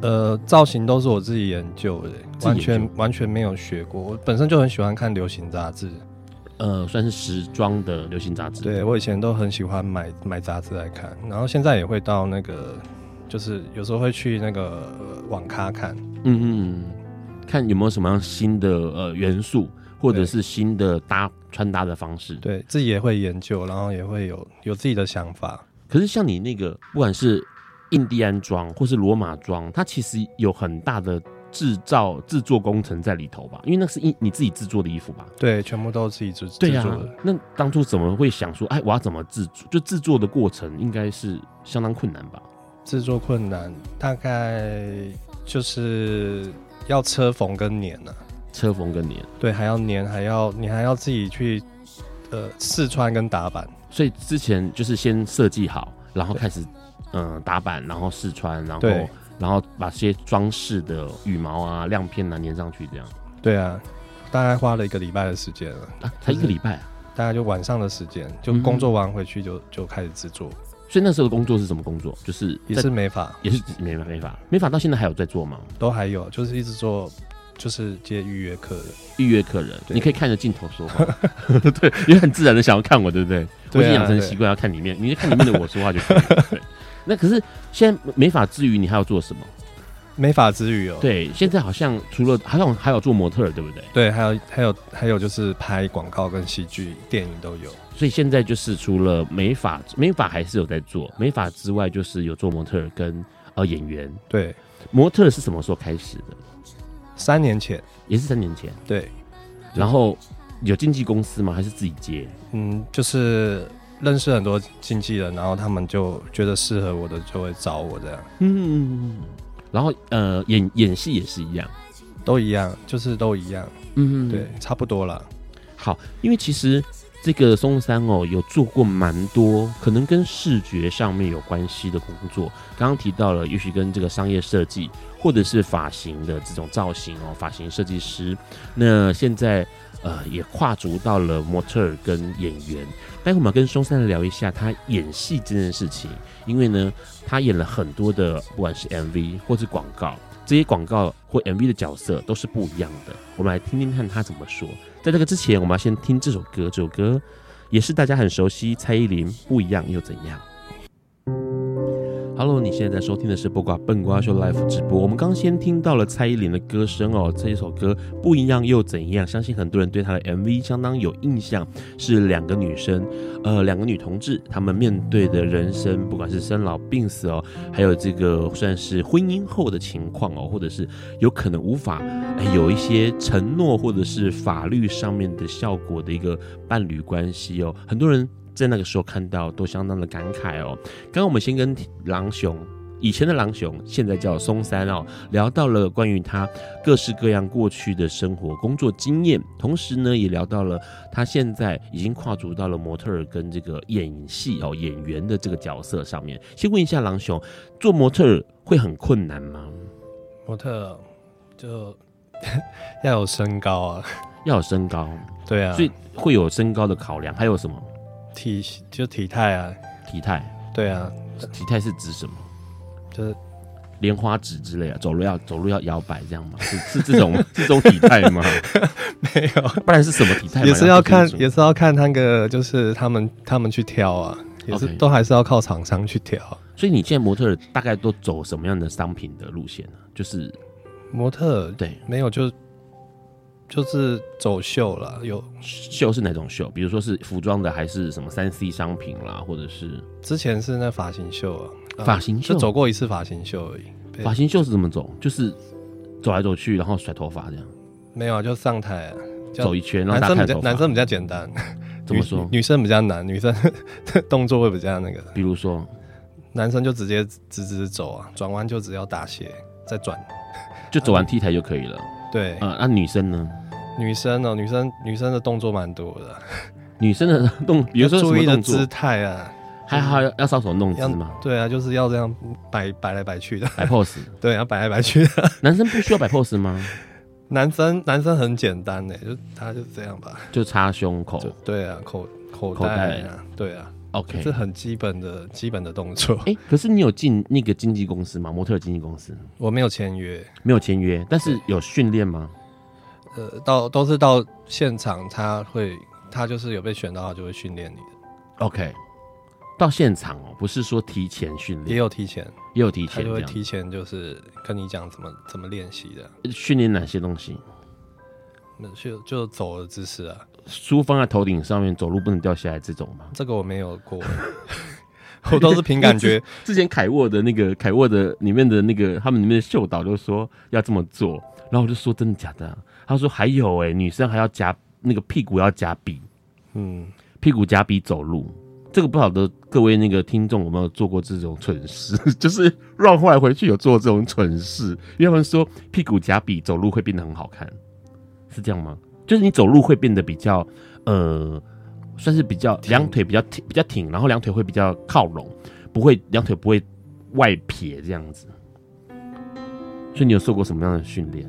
[SPEAKER 3] 呃，造型都是我自己研究的，
[SPEAKER 2] 究
[SPEAKER 3] 完全完全没有学过。我本身就很喜欢看流行杂志，
[SPEAKER 2] 呃，算是时装的流行杂志。，
[SPEAKER 3] 对我以前都很喜欢买买杂志来看，然后现在也会到那个，就是有时候会去那个呃网咖看。
[SPEAKER 2] 嗯嗯嗯，看有没有什么样新的呃元素，或者
[SPEAKER 3] 对
[SPEAKER 2] 是新的搭穿搭的方式。
[SPEAKER 3] 对自己也会研究，然后也会有有自己的想法。
[SPEAKER 2] 可是像你那个，不管是印第安装或是罗马装，它其实有很大的制造制作工程在里头吧？因为那是一你自己制作的衣服吧？
[SPEAKER 3] 对，全部都是自己制
[SPEAKER 2] 对
[SPEAKER 3] 制
[SPEAKER 2] 呀、
[SPEAKER 3] 作的。
[SPEAKER 2] 那当初怎么会想说，哎，我要怎么制作？就制作的过程应该是相当困难吧？
[SPEAKER 3] 制作困难大概就是要车缝跟粘啊，
[SPEAKER 2] 车缝跟粘，
[SPEAKER 3] 对，还要粘，还要你还要自己去呃试穿跟打版。
[SPEAKER 2] 所以之前就是先设计好，然后开始嗯、呃打版，然后试穿，然后
[SPEAKER 3] 对
[SPEAKER 2] 然后把这些装饰的羽毛啊、亮片啊粘上去，这样
[SPEAKER 3] 对啊，大概花了一个礼拜的时间了，
[SPEAKER 2] 啊，才一个礼拜啊。
[SPEAKER 3] 大概就晚上的时间，就
[SPEAKER 2] 嗯
[SPEAKER 3] 工作完回去就就开始制作，
[SPEAKER 2] 所以那时候的工作是什么工作？就是在
[SPEAKER 3] 也是美发
[SPEAKER 2] 也是没法没法没法，到现在还有在做吗？
[SPEAKER 3] 都还有，就是一直做，就是接预约客的。
[SPEAKER 2] 预约客人，
[SPEAKER 3] 对
[SPEAKER 2] 你可以看着镜头说 话，对，因为很自然的想要看我，对不对？我已经
[SPEAKER 3] 对啊
[SPEAKER 2] 养成习惯要看里面，你就看里面的我说话就可以 了。对，那可是现在没法之余，你还要做什么？
[SPEAKER 3] 美发之余哦，
[SPEAKER 2] 对，现在好像除了好像还有做模特儿，对不对？
[SPEAKER 3] 对，还有还有还有就是拍广告跟戏剧、电影都有。
[SPEAKER 2] 所以现在就是除了美发，美发还是有在做，美发之外就是有做模特儿跟呃演员。
[SPEAKER 3] 对，
[SPEAKER 2] 模特儿是什么时候开始的？
[SPEAKER 3] 三年前，
[SPEAKER 2] 也是三年前。
[SPEAKER 3] 对，
[SPEAKER 2] 然后有经纪公司吗？还是自己接？
[SPEAKER 3] 嗯，就是认识很多经纪人，然后他们就觉得适合我的就会找我这样，
[SPEAKER 2] 嗯，然后呃，演演戏也是一样，
[SPEAKER 3] 都一样，就是都一样，
[SPEAKER 2] 嗯，
[SPEAKER 3] 对，，差不多啦。
[SPEAKER 2] 好，因为其实这个松山哦，有做过蛮多可能跟视觉上面有关系的工作，刚刚提到了，也许跟这个商业设计或者是发型的这种造型哦，发型设计师，那现在。呃，也跨足到了模特儿跟演员。待会我们跟松山聊一下他演戏这件事情，因为呢，他演了很多的，不管是 MV 或是广告，这些广告或 MV 的角色都是不一样的。我们来听听看他怎么说。在这个之前，我们要先听这首歌，这首歌也是大家很熟悉，蔡依林《不一样又怎样》。Hello，你现在在收听的是《不瓜笨瓜秀》Live 直播。我们刚先听到了蔡依林的歌声哦，这一首歌《不一样又怎样》，相信很多人对她的 MV 相当有印象，是两个女生，呃，两个女同志，她们面对的人生，不管是生老病死哦，还有这个算是婚姻后的情况哦，或者是有可能无法哎，有一些承诺或者是法律上面的效果的一个伴侣关系哦，很多人在那个时候看到，都相当的感慨哦。刚刚我们先跟狼熊。以前的狼熊，现在叫松山哦，聊到了关于他各式各样过去的生活、工作经验，同时呢，也聊到了他现在已经跨足到了模特儿跟这个演戏哦演员的这个角色上面。先问一下狼熊，做模特儿会很困难吗？
[SPEAKER 3] 模特儿就 要有身高啊，
[SPEAKER 2] 要有身高，
[SPEAKER 3] 对啊，
[SPEAKER 2] 所以会有身高的考量，还有什么
[SPEAKER 3] 体就体态啊，
[SPEAKER 2] 体态？
[SPEAKER 3] 对啊，
[SPEAKER 2] 体态是指什么？
[SPEAKER 3] 就是
[SPEAKER 2] 莲花指之类啊，走路要走路要摇摆这样吗？是是这种 是这种 体态吗？
[SPEAKER 3] 没有，
[SPEAKER 2] 不然是什么体态吗？
[SPEAKER 3] 也是要看
[SPEAKER 2] 不清楚
[SPEAKER 3] 也是要看那个就是他们他们去挑啊，也是
[SPEAKER 2] OK
[SPEAKER 3] 都还是要靠厂商去挑。
[SPEAKER 2] 所以你现在模特儿大概都走什么样的商品的路线呢、就是
[SPEAKER 3] 模特
[SPEAKER 2] 对
[SPEAKER 3] 没有就就是走秀了，有
[SPEAKER 2] 秀是哪种秀？比如说是服装的，还是什么三 C 商品啦，或者是
[SPEAKER 3] 之前是那发型秀啊，啊
[SPEAKER 2] 发型秀？
[SPEAKER 3] 就走过一次发型秀而已，对
[SPEAKER 2] 发型秀是怎么走？就是走来走去，然后甩头发这样，
[SPEAKER 3] 没有啊就上台啊、这样
[SPEAKER 2] 走一圈，然后
[SPEAKER 3] 男
[SPEAKER 2] 大家
[SPEAKER 3] 生比
[SPEAKER 2] 看
[SPEAKER 3] 较
[SPEAKER 2] 头
[SPEAKER 3] 男
[SPEAKER 2] 发。
[SPEAKER 3] 生比较简单，
[SPEAKER 2] 怎么说
[SPEAKER 3] 女？女生比较难，女生 动作会比较那个，
[SPEAKER 2] 比如说，
[SPEAKER 3] 男生就直接直直走啊，转弯就只要打斜再转。
[SPEAKER 2] 就走完 T 台就可以了。
[SPEAKER 3] 对，
[SPEAKER 2] 呃，那、女生呢？
[SPEAKER 3] 女生哦、女生女生的动作蛮多的啊，
[SPEAKER 2] 女生 的动，比如说
[SPEAKER 3] 要
[SPEAKER 2] 什
[SPEAKER 3] 注
[SPEAKER 2] 么
[SPEAKER 3] 意的
[SPEAKER 2] 动
[SPEAKER 3] 姿
[SPEAKER 2] 作？
[SPEAKER 3] 态啊，
[SPEAKER 2] 还好要要搔首弄姿
[SPEAKER 3] 要
[SPEAKER 2] 吗？
[SPEAKER 3] 对啊，就是要这样摆摆来摆去的，
[SPEAKER 2] 摆 pose，
[SPEAKER 3] 对，要摆来摆去的。
[SPEAKER 2] 男生不需要摆 pose 吗？
[SPEAKER 3] 男生男生很简单呢，就他就这样吧，
[SPEAKER 2] 就擦胸口
[SPEAKER 3] 就对啊，口口
[SPEAKER 2] 口
[SPEAKER 3] 袋
[SPEAKER 2] 袋
[SPEAKER 3] 啊，对啊，
[SPEAKER 2] ，OK
[SPEAKER 3] 这。很基本的基本的动作。
[SPEAKER 2] 哎、可是你有进那个经纪公司吗？模特儿经纪公司
[SPEAKER 3] 我没有签约，
[SPEAKER 2] 没有签约，但是有训练吗？
[SPEAKER 3] 呃，到都是到现场，他会他就是有被选到，他就会训练你的，
[SPEAKER 2] OK，到现场哦，不是说提前训
[SPEAKER 3] 也
[SPEAKER 2] 练，
[SPEAKER 3] 有提前，
[SPEAKER 2] 也有提
[SPEAKER 3] 他
[SPEAKER 2] 前
[SPEAKER 3] 就
[SPEAKER 2] 这
[SPEAKER 3] 会
[SPEAKER 2] 样。
[SPEAKER 3] 提前就是跟你讲怎么怎么练习的，
[SPEAKER 2] 训练哪些东西？
[SPEAKER 3] 那就就走的姿势啊，
[SPEAKER 2] 书放在头顶上面，走路不能掉下来这种吗？
[SPEAKER 3] 这个我没有 过， 我都是凭感觉，
[SPEAKER 2] 之前凯沃的那个凯沃的里面的那个他们里面的秀导就说要这么做，然后我就说真的假的啊、他说还有哎、女生还要夹那个屁股要夹笔，
[SPEAKER 3] 嗯，
[SPEAKER 2] 屁股夹笔走路。这个不晓得各位那个听众有没有做过这种蠢事， 就是让后来回去有做这种蠢事，因为他们说屁股夹笔走路会变得很好看，是这样吗？就是你走路会变得比较呃，算是比较
[SPEAKER 3] 挺
[SPEAKER 2] 两腿比较挺比较挺，然后两腿会比较靠拢，不会两腿不会外撇这样子。所以你有受过什么样的训练？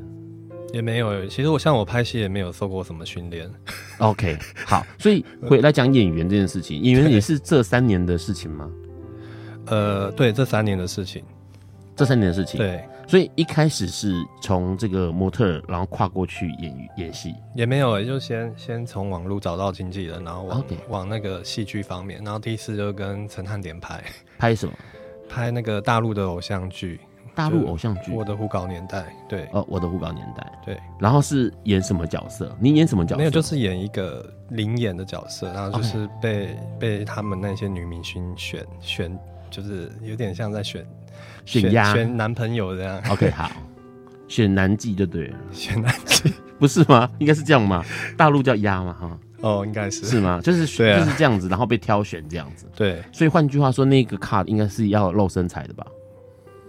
[SPEAKER 3] 也没有。其实我像我拍戏也没有受过什么训练，
[SPEAKER 2] OK，好，所以回来讲演员这件事情，演员也是这三年的事情吗？
[SPEAKER 3] 呃，对，这三年的事情，
[SPEAKER 2] 这三年的事情，，
[SPEAKER 3] 对，
[SPEAKER 2] 所以一开始是从这个模特儿，然后跨过去演演戏，
[SPEAKER 3] 也没有，就先先从网络找到经纪人，然后往
[SPEAKER 2] OK
[SPEAKER 3] 往那个戏剧方面，然后第一次就跟陈汉典拍
[SPEAKER 2] 拍什么
[SPEAKER 3] 拍那个大陆的偶像剧
[SPEAKER 2] 大陆偶像
[SPEAKER 3] 《
[SPEAKER 2] 剧
[SPEAKER 3] 我，的胡搞年代》，对
[SPEAKER 2] 呃，我的胡搞年代，
[SPEAKER 3] 对，
[SPEAKER 2] 然后是演什么角色？你演什么角色？哦
[SPEAKER 3] 没有就是演一个灵眼的角色，然后就是被被他们那些女明星选选，就是有点像在选
[SPEAKER 2] 选鸭
[SPEAKER 3] 选男朋友这样，
[SPEAKER 2] OK，好，选男妓就对了，
[SPEAKER 3] 选男 妓
[SPEAKER 2] 不是吗？应该是这样吗？大陆叫鸭嘛，哈，
[SPEAKER 3] 哦，应该是
[SPEAKER 2] 是吗？就是
[SPEAKER 3] 对啊
[SPEAKER 2] 就是这样子，然后被挑选这样子。
[SPEAKER 3] 对，
[SPEAKER 2] 所以换句话说，那个卡应该是要露身材的吧？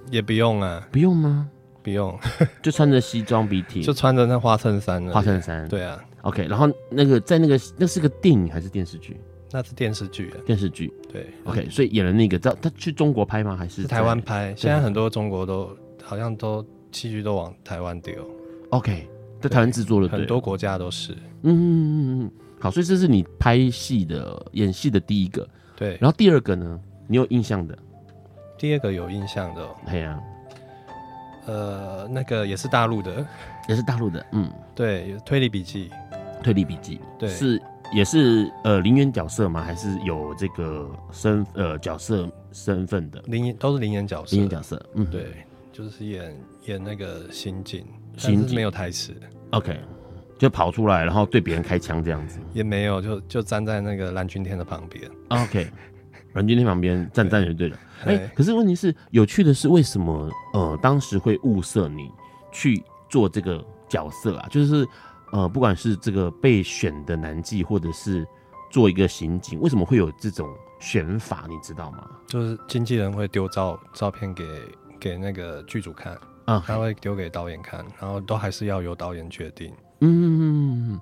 [SPEAKER 3] 也不用啊，
[SPEAKER 2] 不用吗？
[SPEAKER 3] 不用，
[SPEAKER 2] 就穿着西装笔挺，
[SPEAKER 3] 就穿着那花衬衫了，
[SPEAKER 2] 花衬衫。
[SPEAKER 3] 对啊，
[SPEAKER 2] ，OK。然后那个在那个那是个电影还是电视剧？
[SPEAKER 3] 那是电视剧啊，
[SPEAKER 2] 电视剧。
[SPEAKER 3] 对
[SPEAKER 2] OK，所以演了那个，他他去中国拍吗？还是
[SPEAKER 3] 嗯是
[SPEAKER 2] 在
[SPEAKER 3] 台湾拍，现在很多中国都好像都戏剧都往台湾丢，
[SPEAKER 2] 哦？OK，在台湾制作了
[SPEAKER 3] 很多，国家都是。
[SPEAKER 2] 对嗯嗯嗯嗯嗯。好，所以这是你拍戏的演戏的第一个，
[SPEAKER 3] 对，
[SPEAKER 2] 然后第二个呢，你有印象的？
[SPEAKER 3] 第二个有印象的哦、
[SPEAKER 2] 哎呀、
[SPEAKER 3] 呃，那个也是大陆的，
[SPEAKER 2] 也是大陆的，嗯，
[SPEAKER 3] 对，有推理笔记，
[SPEAKER 2] 《推理笔记》
[SPEAKER 3] 对
[SPEAKER 2] 是也是呃零元角色吗？还是有这个身呃角色身份的
[SPEAKER 3] 零都是零演角色，
[SPEAKER 2] 零元角色？嗯，
[SPEAKER 3] 对，就是演演那个刑警，
[SPEAKER 2] 刑警
[SPEAKER 3] 但是没有台词，
[SPEAKER 2] ，OK，就跑出来，然后对别人开枪这样子。
[SPEAKER 3] 也没有，就就站在那个蓝钧天的旁边，
[SPEAKER 2] OK，阮经天旁边站站就对了。哎、
[SPEAKER 3] 对
[SPEAKER 2] 可是问题是，有趣的是，为什么呃当时会物色你去做这个角色啊？就是呃，不管是这个被选的男妓，或者是做一个刑警，为什么会有这种选法？你知道吗？
[SPEAKER 3] 就是经纪人会丢照照片给给那个剧组看，
[SPEAKER 2] 啊，
[SPEAKER 3] 他会丢给导演看，然后都还是要由导演决定。
[SPEAKER 2] 嗯，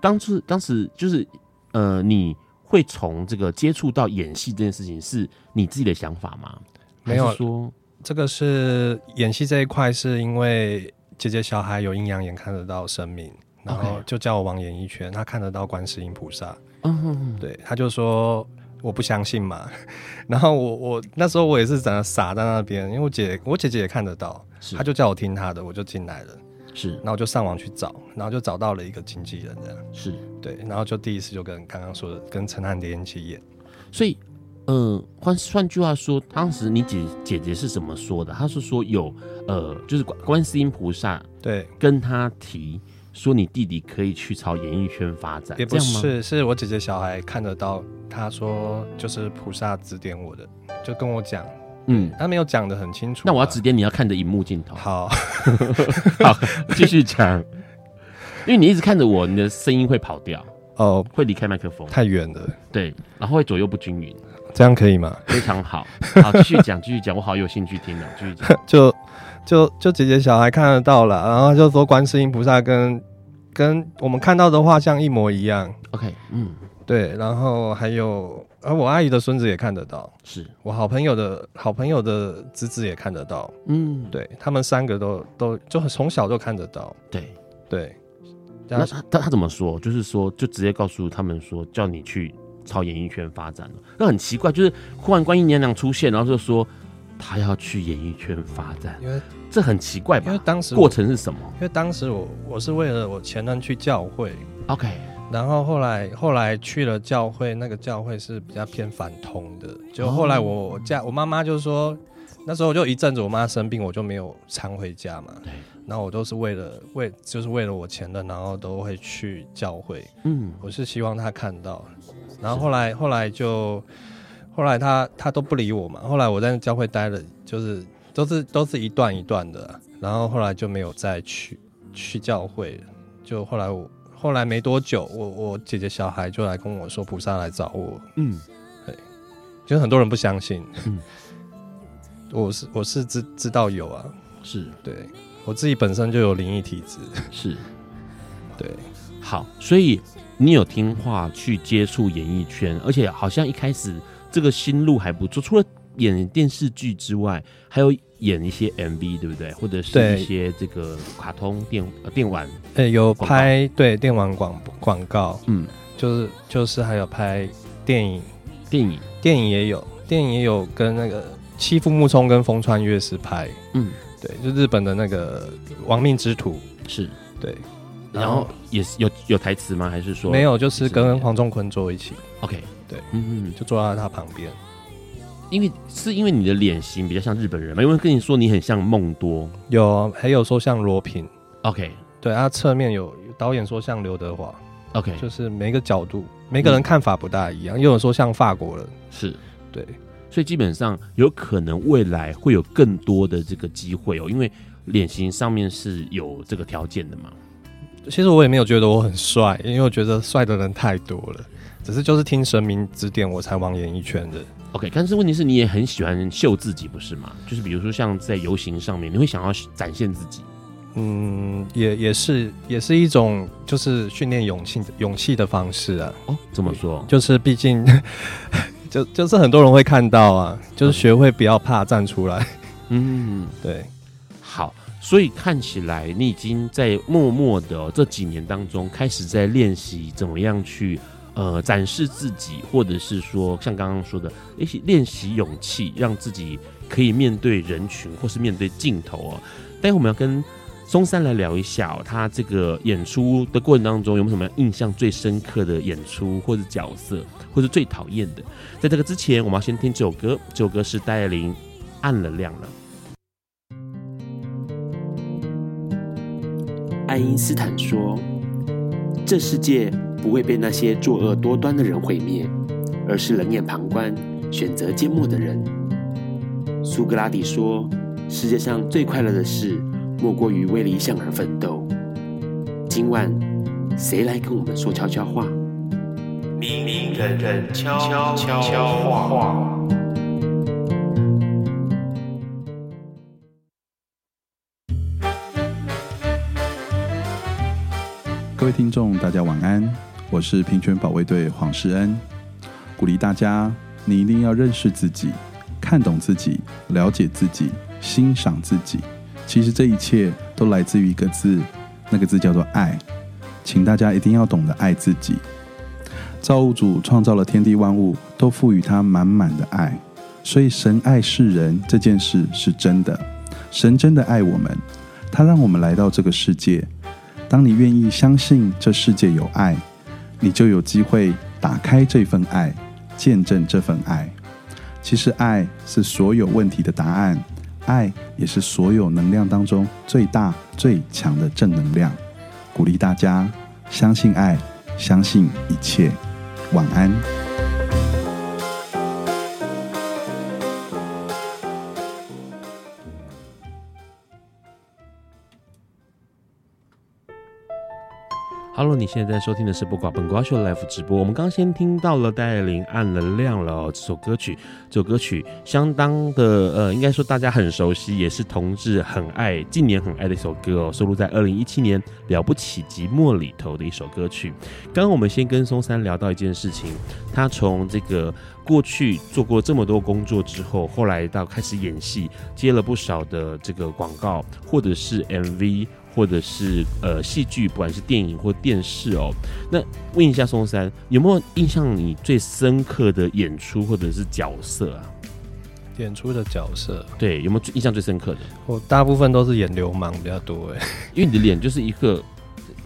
[SPEAKER 2] 当初当时就是呃，你会从这个接触到演戏这件事情，是你自己的想法吗？
[SPEAKER 3] 没有
[SPEAKER 2] 还是说，
[SPEAKER 3] 这个是演戏这一块，是因为姐姐小孩有阴阳眼看得到神明，然后
[SPEAKER 2] OK
[SPEAKER 3] 就叫我往演艺圈，她看得到观世音菩萨，
[SPEAKER 2] 嗯，
[SPEAKER 3] 对，她就说我不相信嘛。 然后我我那时候我也是整个傻在那边，因为我姐我姐姐也看得到，
[SPEAKER 2] 是
[SPEAKER 3] 她就叫我听她的，我就进来了，
[SPEAKER 2] 是
[SPEAKER 3] 然后我就上网去找，然后就找到了一个经纪人这样，
[SPEAKER 2] 是，
[SPEAKER 3] 对，然后就第一次就跟刚刚说的跟陈汉典一起演。
[SPEAKER 2] 所以，呃，换换句话说，当时你姐姐姐是怎么说的？她是说有呃，就是观观世音菩萨
[SPEAKER 3] 对，
[SPEAKER 2] 跟她提说你弟弟可以去朝演艺圈发展，
[SPEAKER 3] 也不
[SPEAKER 2] 这样吗？
[SPEAKER 3] 是，是我姐姐小孩看得到，她说就是菩萨指点我的，就跟我讲，
[SPEAKER 2] 嗯，
[SPEAKER 3] 她没有讲的很清楚啊。
[SPEAKER 2] 那我要指点你要看着荧幕镜头。
[SPEAKER 3] 好，
[SPEAKER 2] 好， 继续讲，因为你一直看着我，你的声音会跑掉，
[SPEAKER 3] 哦，
[SPEAKER 2] 会离开麦克风，
[SPEAKER 3] 太远了，
[SPEAKER 2] 对，然后会左右不均匀，
[SPEAKER 3] 这样可以吗？
[SPEAKER 2] 非常好。 好，继续讲，继续讲，我好有兴趣听哦，继续 讲。
[SPEAKER 3] 就就就姐姐小孩看得到了，然后她就说观世音菩萨跟跟我们看到的画像一模一样，
[SPEAKER 2] OK，嗯，
[SPEAKER 3] 对，然后还有，而我阿姨的孙子也看得到，
[SPEAKER 2] 是，
[SPEAKER 3] 我好朋友的好朋友的侄子也看得到，
[SPEAKER 2] 嗯，
[SPEAKER 3] 对他们三个都都就很从小就看得到，
[SPEAKER 2] 对。
[SPEAKER 3] 对，啊这
[SPEAKER 2] 那
[SPEAKER 3] 样
[SPEAKER 2] 他他他怎么说？就是说，就直接告诉他们说，叫你去朝演艺圈发展了。那很奇怪，就是忽然观音娘娘出现，然后就说她要去演艺圈发展，
[SPEAKER 3] 因为
[SPEAKER 2] 这很奇怪
[SPEAKER 3] 因为
[SPEAKER 2] 吧？
[SPEAKER 3] 当时
[SPEAKER 2] 过
[SPEAKER 3] 我，
[SPEAKER 2] 程是什么
[SPEAKER 3] 因为当时我我是为了我前任去教会，
[SPEAKER 2] ？OK，
[SPEAKER 3] 然后后来后来去了教会，那个教会是比较偏反通的。就后来我我
[SPEAKER 2] 哦
[SPEAKER 3] 家我妈妈就说，那时候我就一阵子我妈生病，我就没有常回家嘛。
[SPEAKER 2] 对，
[SPEAKER 3] 然后我都是为了为就是为了我前任，然后都会去教会。
[SPEAKER 2] 嗯，
[SPEAKER 3] 我是希望他看到。然后后来后来就后来他他都不理我嘛。后来我在教会待了，就是都是都是一段一段的啊、然后后来就没有再去去教会了。就后来我后来没多久，我我姐姐小孩就来跟我说，菩萨来找我。
[SPEAKER 2] 嗯，
[SPEAKER 3] 其实很多人不相信，
[SPEAKER 2] 嗯
[SPEAKER 3] 我是我是知知道有啊，
[SPEAKER 2] 是
[SPEAKER 3] 对我自己本身就有灵异体 质，
[SPEAKER 2] 是。
[SPEAKER 3] 对
[SPEAKER 2] 好，所以你有听话去接触演艺圈，而且好像一开始这个心路还不错，除了演电视剧之外，还有演一些 MV，对不对？或者是
[SPEAKER 3] 对
[SPEAKER 2] 一些这个卡通电呃电玩，
[SPEAKER 3] 诶、有
[SPEAKER 2] 广告
[SPEAKER 3] 拍对电玩广广告，
[SPEAKER 2] 嗯，
[SPEAKER 3] 就是就是还有拍电影，
[SPEAKER 2] 电影，
[SPEAKER 3] 电影也有，电影也有跟那个欺负木冲跟风川月是拍，
[SPEAKER 2] 嗯，
[SPEAKER 3] 对，就日本的那个亡命之徒，
[SPEAKER 2] 是。
[SPEAKER 3] 对，
[SPEAKER 2] 然后也是有有台词吗？还是说
[SPEAKER 3] 没有就是
[SPEAKER 2] 是这
[SPEAKER 3] 跟
[SPEAKER 2] 样
[SPEAKER 3] 黄仲坤坐一起，
[SPEAKER 2] ？OK，
[SPEAKER 3] 对，
[SPEAKER 2] 嗯嗯，
[SPEAKER 3] 就坐在他旁边，
[SPEAKER 2] 因为是因为你的脸型比较像日本人嘛，因为跟你说你很像梦多
[SPEAKER 3] 有还有说像罗平，
[SPEAKER 2] ，OK
[SPEAKER 3] 对，他侧面有有导演说像刘德华，
[SPEAKER 2] OK，
[SPEAKER 3] 就是每个角度每个人看法不大一样，也有人说像法国人，
[SPEAKER 2] 是
[SPEAKER 3] 对，
[SPEAKER 2] 所以基本上有可能未来会有更多的这个机会哦，因为脸型上面是有这个条件的嘛。
[SPEAKER 3] 其实我也没有觉得我很帅，因为我觉得帅的人太多了，只是就是听神明指点我才往演艺圈的。
[SPEAKER 2] OK，但是问题是你也很喜欢秀自己，不是吗？就是比如说像在游行上面，你会想要展现自己。
[SPEAKER 3] 嗯，也也是也是一种就是训练勇气勇气的方式啊，
[SPEAKER 2] 哦，怎么说？
[SPEAKER 3] 就是毕竟 就就是很多人会看到啊，就是学会不要怕站出来，
[SPEAKER 2] 嗯，
[SPEAKER 3] 对，
[SPEAKER 2] 好。所以看起来你已经在默默的哦、这几年当中开始在练习怎么样去呃展示自己，或者是说像刚刚说的，一起练习勇气，让自己可以面对人群或是面对镜头哦。待会我们要跟松山来聊一下哦，他这个演出的过程当中有没有什么印象最深刻的演出或者角色，或是最讨厌的？在这个之前，我们要先听这首歌，这首歌是戴爱玲《暗了亮了》。
[SPEAKER 1] 爱因斯坦说：“这世界不会被那些作恶多端的人毁灭，而是冷眼旁观、选择缄默的人。”苏格拉底说：“世界上最快乐的事，莫过于为理想而奋斗。”今晚，谁来跟我们说悄悄话？明明一个人悄悄悄话。
[SPEAKER 4] 各位听众，大家晚安，我是平权保卫队黄世恩，鼓励大家，你一定要认识自己，看懂自己，了解自己，欣赏自己。其实这一切都来自于一个字，那个字叫做爱。请大家一定要懂得爱自己。造物主创造了天地万物，都赋予他满满的爱，所以神爱世人这件事是真的。神真的爱我们，他让我们来到这个世界。当你愿意相信这世界有爱，你就有机会打开这份爱，见证这份爱。其实，爱是所有问题的答案，爱也是所有能量当中最大最强的正能量。鼓励大家相信爱，相信一切。晚安。
[SPEAKER 2] Hello，你现在在收听的是不挂本瓜秀 Live 直播。我们刚先听到了戴爱玲《暗能量》了、哦，这首歌曲，这首歌曲相当的呃，应该说大家很熟悉，也是同志很爱，近年很爱的一首歌哦，收录在二零一七年《了不起寂寞》里头的一首歌曲。刚刚我们先跟松山聊到一件事情，他从这个过去做过这么多工作之后，后来到开始演戏，接了不少的这个广告或者是 MV。或者是呃戏剧，不管是电影或电视哦。那问一下松山，有没有印象你最深刻的演出或者是角色啊？
[SPEAKER 3] 演出的角色，
[SPEAKER 2] 对，有没有最印象最深刻的？
[SPEAKER 3] 我大部分都是演流氓比较多哎。
[SPEAKER 2] 因为你的脸就是一个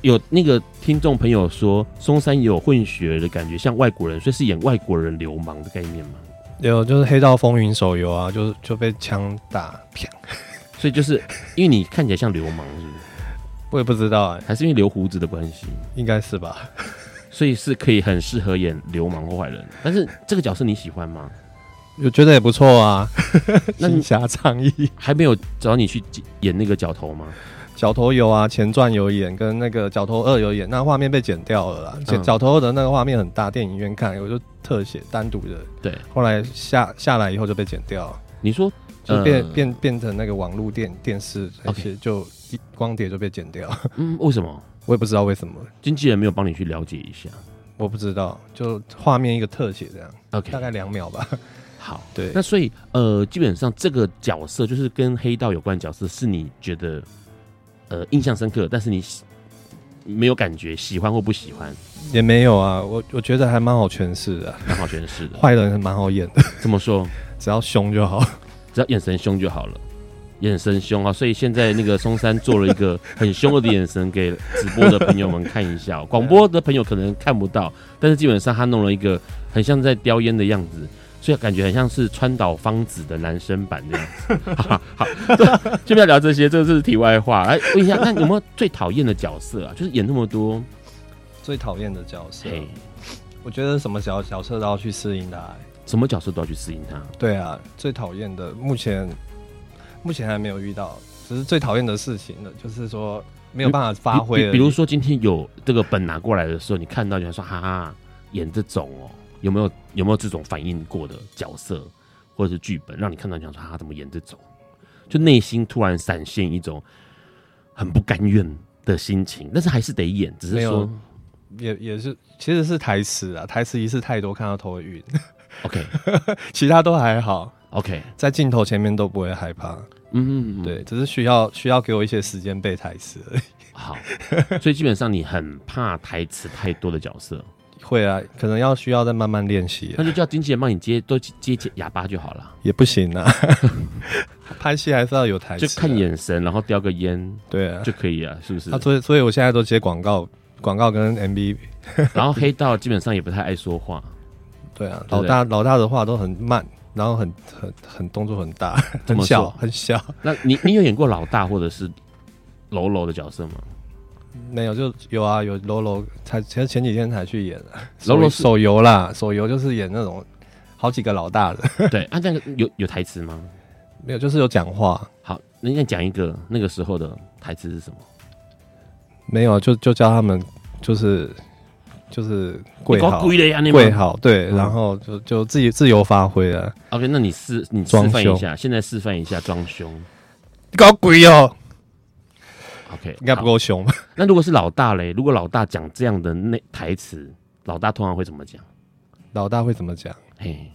[SPEAKER 2] 有那个听众朋友说，松山也有混血的感觉，像外国人，所以是演外国人流氓的概念嘛。
[SPEAKER 3] 有就是《黑道风云》手游啊，就是就被枪打，啪！
[SPEAKER 2] 所以就是因为你看起来像流氓，是不是？
[SPEAKER 3] 我也不知道哎、
[SPEAKER 2] 还是因为留胡子的关系？
[SPEAKER 3] 应该是吧？
[SPEAKER 2] 所以是可以很适合演流氓或坏人。但是这个角色你喜欢吗？
[SPEAKER 3] 我觉得也不错啊。
[SPEAKER 2] 那
[SPEAKER 3] 行
[SPEAKER 2] 你
[SPEAKER 3] 侠仗义，
[SPEAKER 2] 还没有找你去演那个角头吗？
[SPEAKER 3] 角头有啊，前传有演，跟那个角头二有演，那画面被剪掉了啦。剪
[SPEAKER 2] 嗯
[SPEAKER 3] 角头二的那个画面很大，电影院看我就特写单独的，
[SPEAKER 2] 对，
[SPEAKER 3] 后来下下来以后就被剪掉了，
[SPEAKER 2] 你说
[SPEAKER 3] 就变、
[SPEAKER 2] 呃
[SPEAKER 3] 变变成那个网络电电视那
[SPEAKER 2] OK
[SPEAKER 3] 些就一光碟就被剪掉，
[SPEAKER 2] 嗯，为什么
[SPEAKER 3] 我也不知道为什么，
[SPEAKER 2] 经纪人没有帮你去了解一下
[SPEAKER 3] 我不知道，就画面一个特写这样，
[SPEAKER 2] ？OK，
[SPEAKER 3] 大概两秒吧。
[SPEAKER 2] 好。
[SPEAKER 3] 对
[SPEAKER 2] 那，所以呃，基本上这个角色就是跟黑道有关的角色，是你觉得呃印象深刻，但是你喜没有感觉，喜欢或不喜欢，
[SPEAKER 3] 也没有啊，我我觉得还蛮好诠释的啊、
[SPEAKER 2] 蛮好诠释的。
[SPEAKER 3] 坏人还蛮好演的，
[SPEAKER 2] 这么说，
[SPEAKER 3] 只要凶就好。
[SPEAKER 2] 只要眼神凶就好了。眼神凶啊，所以现在那个松山做了一个很凶恶的眼神给直播的朋友们看一下哦、广播的朋友可能看不到，但是基本上他弄了一个很像在叼烟的样子，所以感觉很像是川岛芳子的男生版的样子。好好，好 对就不要聊这些，这是题外话。来问一下，那有没有最讨厌的角色啊？就是演那么多，
[SPEAKER 3] 最讨厌的角色，
[SPEAKER 2] 嘿，
[SPEAKER 3] 我觉得什么角角色都要去适应的啊、
[SPEAKER 2] 什么角色都要去适应他。
[SPEAKER 3] 对啊，最讨厌的目前目前还没有遇到，只是最讨厌的事情的，就是说没有办法发挥
[SPEAKER 2] 比
[SPEAKER 3] 而已。
[SPEAKER 2] 比比如说今天有这个本拿过来的时候，你看到你还说哈哈，演这种哦，有没有有没有这种反应过的角色或者是剧本，让你看到你想说哈哈怎么演这种，就内心突然闪现一种很不甘愿的心情，但是还是得演，只是
[SPEAKER 3] 没
[SPEAKER 2] 说
[SPEAKER 3] 有也也是其实是台词啊，台词一次太多，看到头会晕，
[SPEAKER 2] OK
[SPEAKER 3] 其他都还好，
[SPEAKER 2] OK，
[SPEAKER 3] 在镜头前面都不会害怕。
[SPEAKER 2] 嗯，嗯嗯
[SPEAKER 3] 对，只是需要需要给我一些时间背台词而已。
[SPEAKER 2] 好，所以基本上你很怕台词太多的角 色，
[SPEAKER 3] 会啊，可能要需要再慢慢练习啊、
[SPEAKER 2] 那就叫经纪人帮你接，都接接哑巴就好了。
[SPEAKER 3] 也不行啊。 拍戏还是要有台词、
[SPEAKER 2] 就
[SPEAKER 3] 啊，
[SPEAKER 2] 看眼神，然后叼个烟
[SPEAKER 3] 对啊，
[SPEAKER 2] 就可以了，是不是？
[SPEAKER 3] 啊，所以所以我现在都接广告，广告跟 MV，
[SPEAKER 2] 然后黑道基本上也不太爱说话，
[SPEAKER 3] 对啊，
[SPEAKER 2] 对
[SPEAKER 3] 老大老大的话都很慢，然后很很很动作很大，
[SPEAKER 2] 这
[SPEAKER 3] 很
[SPEAKER 2] 么
[SPEAKER 3] 小
[SPEAKER 2] 说
[SPEAKER 3] 很小，
[SPEAKER 2] 那你你有演过老大或者是喽喽的角色吗？
[SPEAKER 3] 没有就有啊有 Lolo 才前前几天才去演啊
[SPEAKER 2] Lolo 是
[SPEAKER 3] 手游啦，手游就是演那种好几个老大的，
[SPEAKER 2] 对，啊，那个有有台词吗？
[SPEAKER 3] 没有就是有讲话，
[SPEAKER 2] 好，那你讲一个那个时候的台词是什么？
[SPEAKER 3] 没有就就叫他们就是就是跪
[SPEAKER 2] 你搞
[SPEAKER 3] 好
[SPEAKER 2] 故意的呀，你
[SPEAKER 3] 跪好，对，
[SPEAKER 2] 嗯
[SPEAKER 3] 然后就就自己自由发挥啊了。
[SPEAKER 2] OK，那你示你示
[SPEAKER 3] 装
[SPEAKER 2] 范一
[SPEAKER 3] 凶
[SPEAKER 2] 下，现在示范一下装凶。
[SPEAKER 3] 搞鬼哦，
[SPEAKER 2] OK，
[SPEAKER 3] 应该不
[SPEAKER 2] 好。
[SPEAKER 3] 够凶吧？
[SPEAKER 2] 那如果是老大嘞，如果老大讲这样的那台词，老大通常会怎么讲？
[SPEAKER 3] 老大会怎么讲？
[SPEAKER 2] 嘿，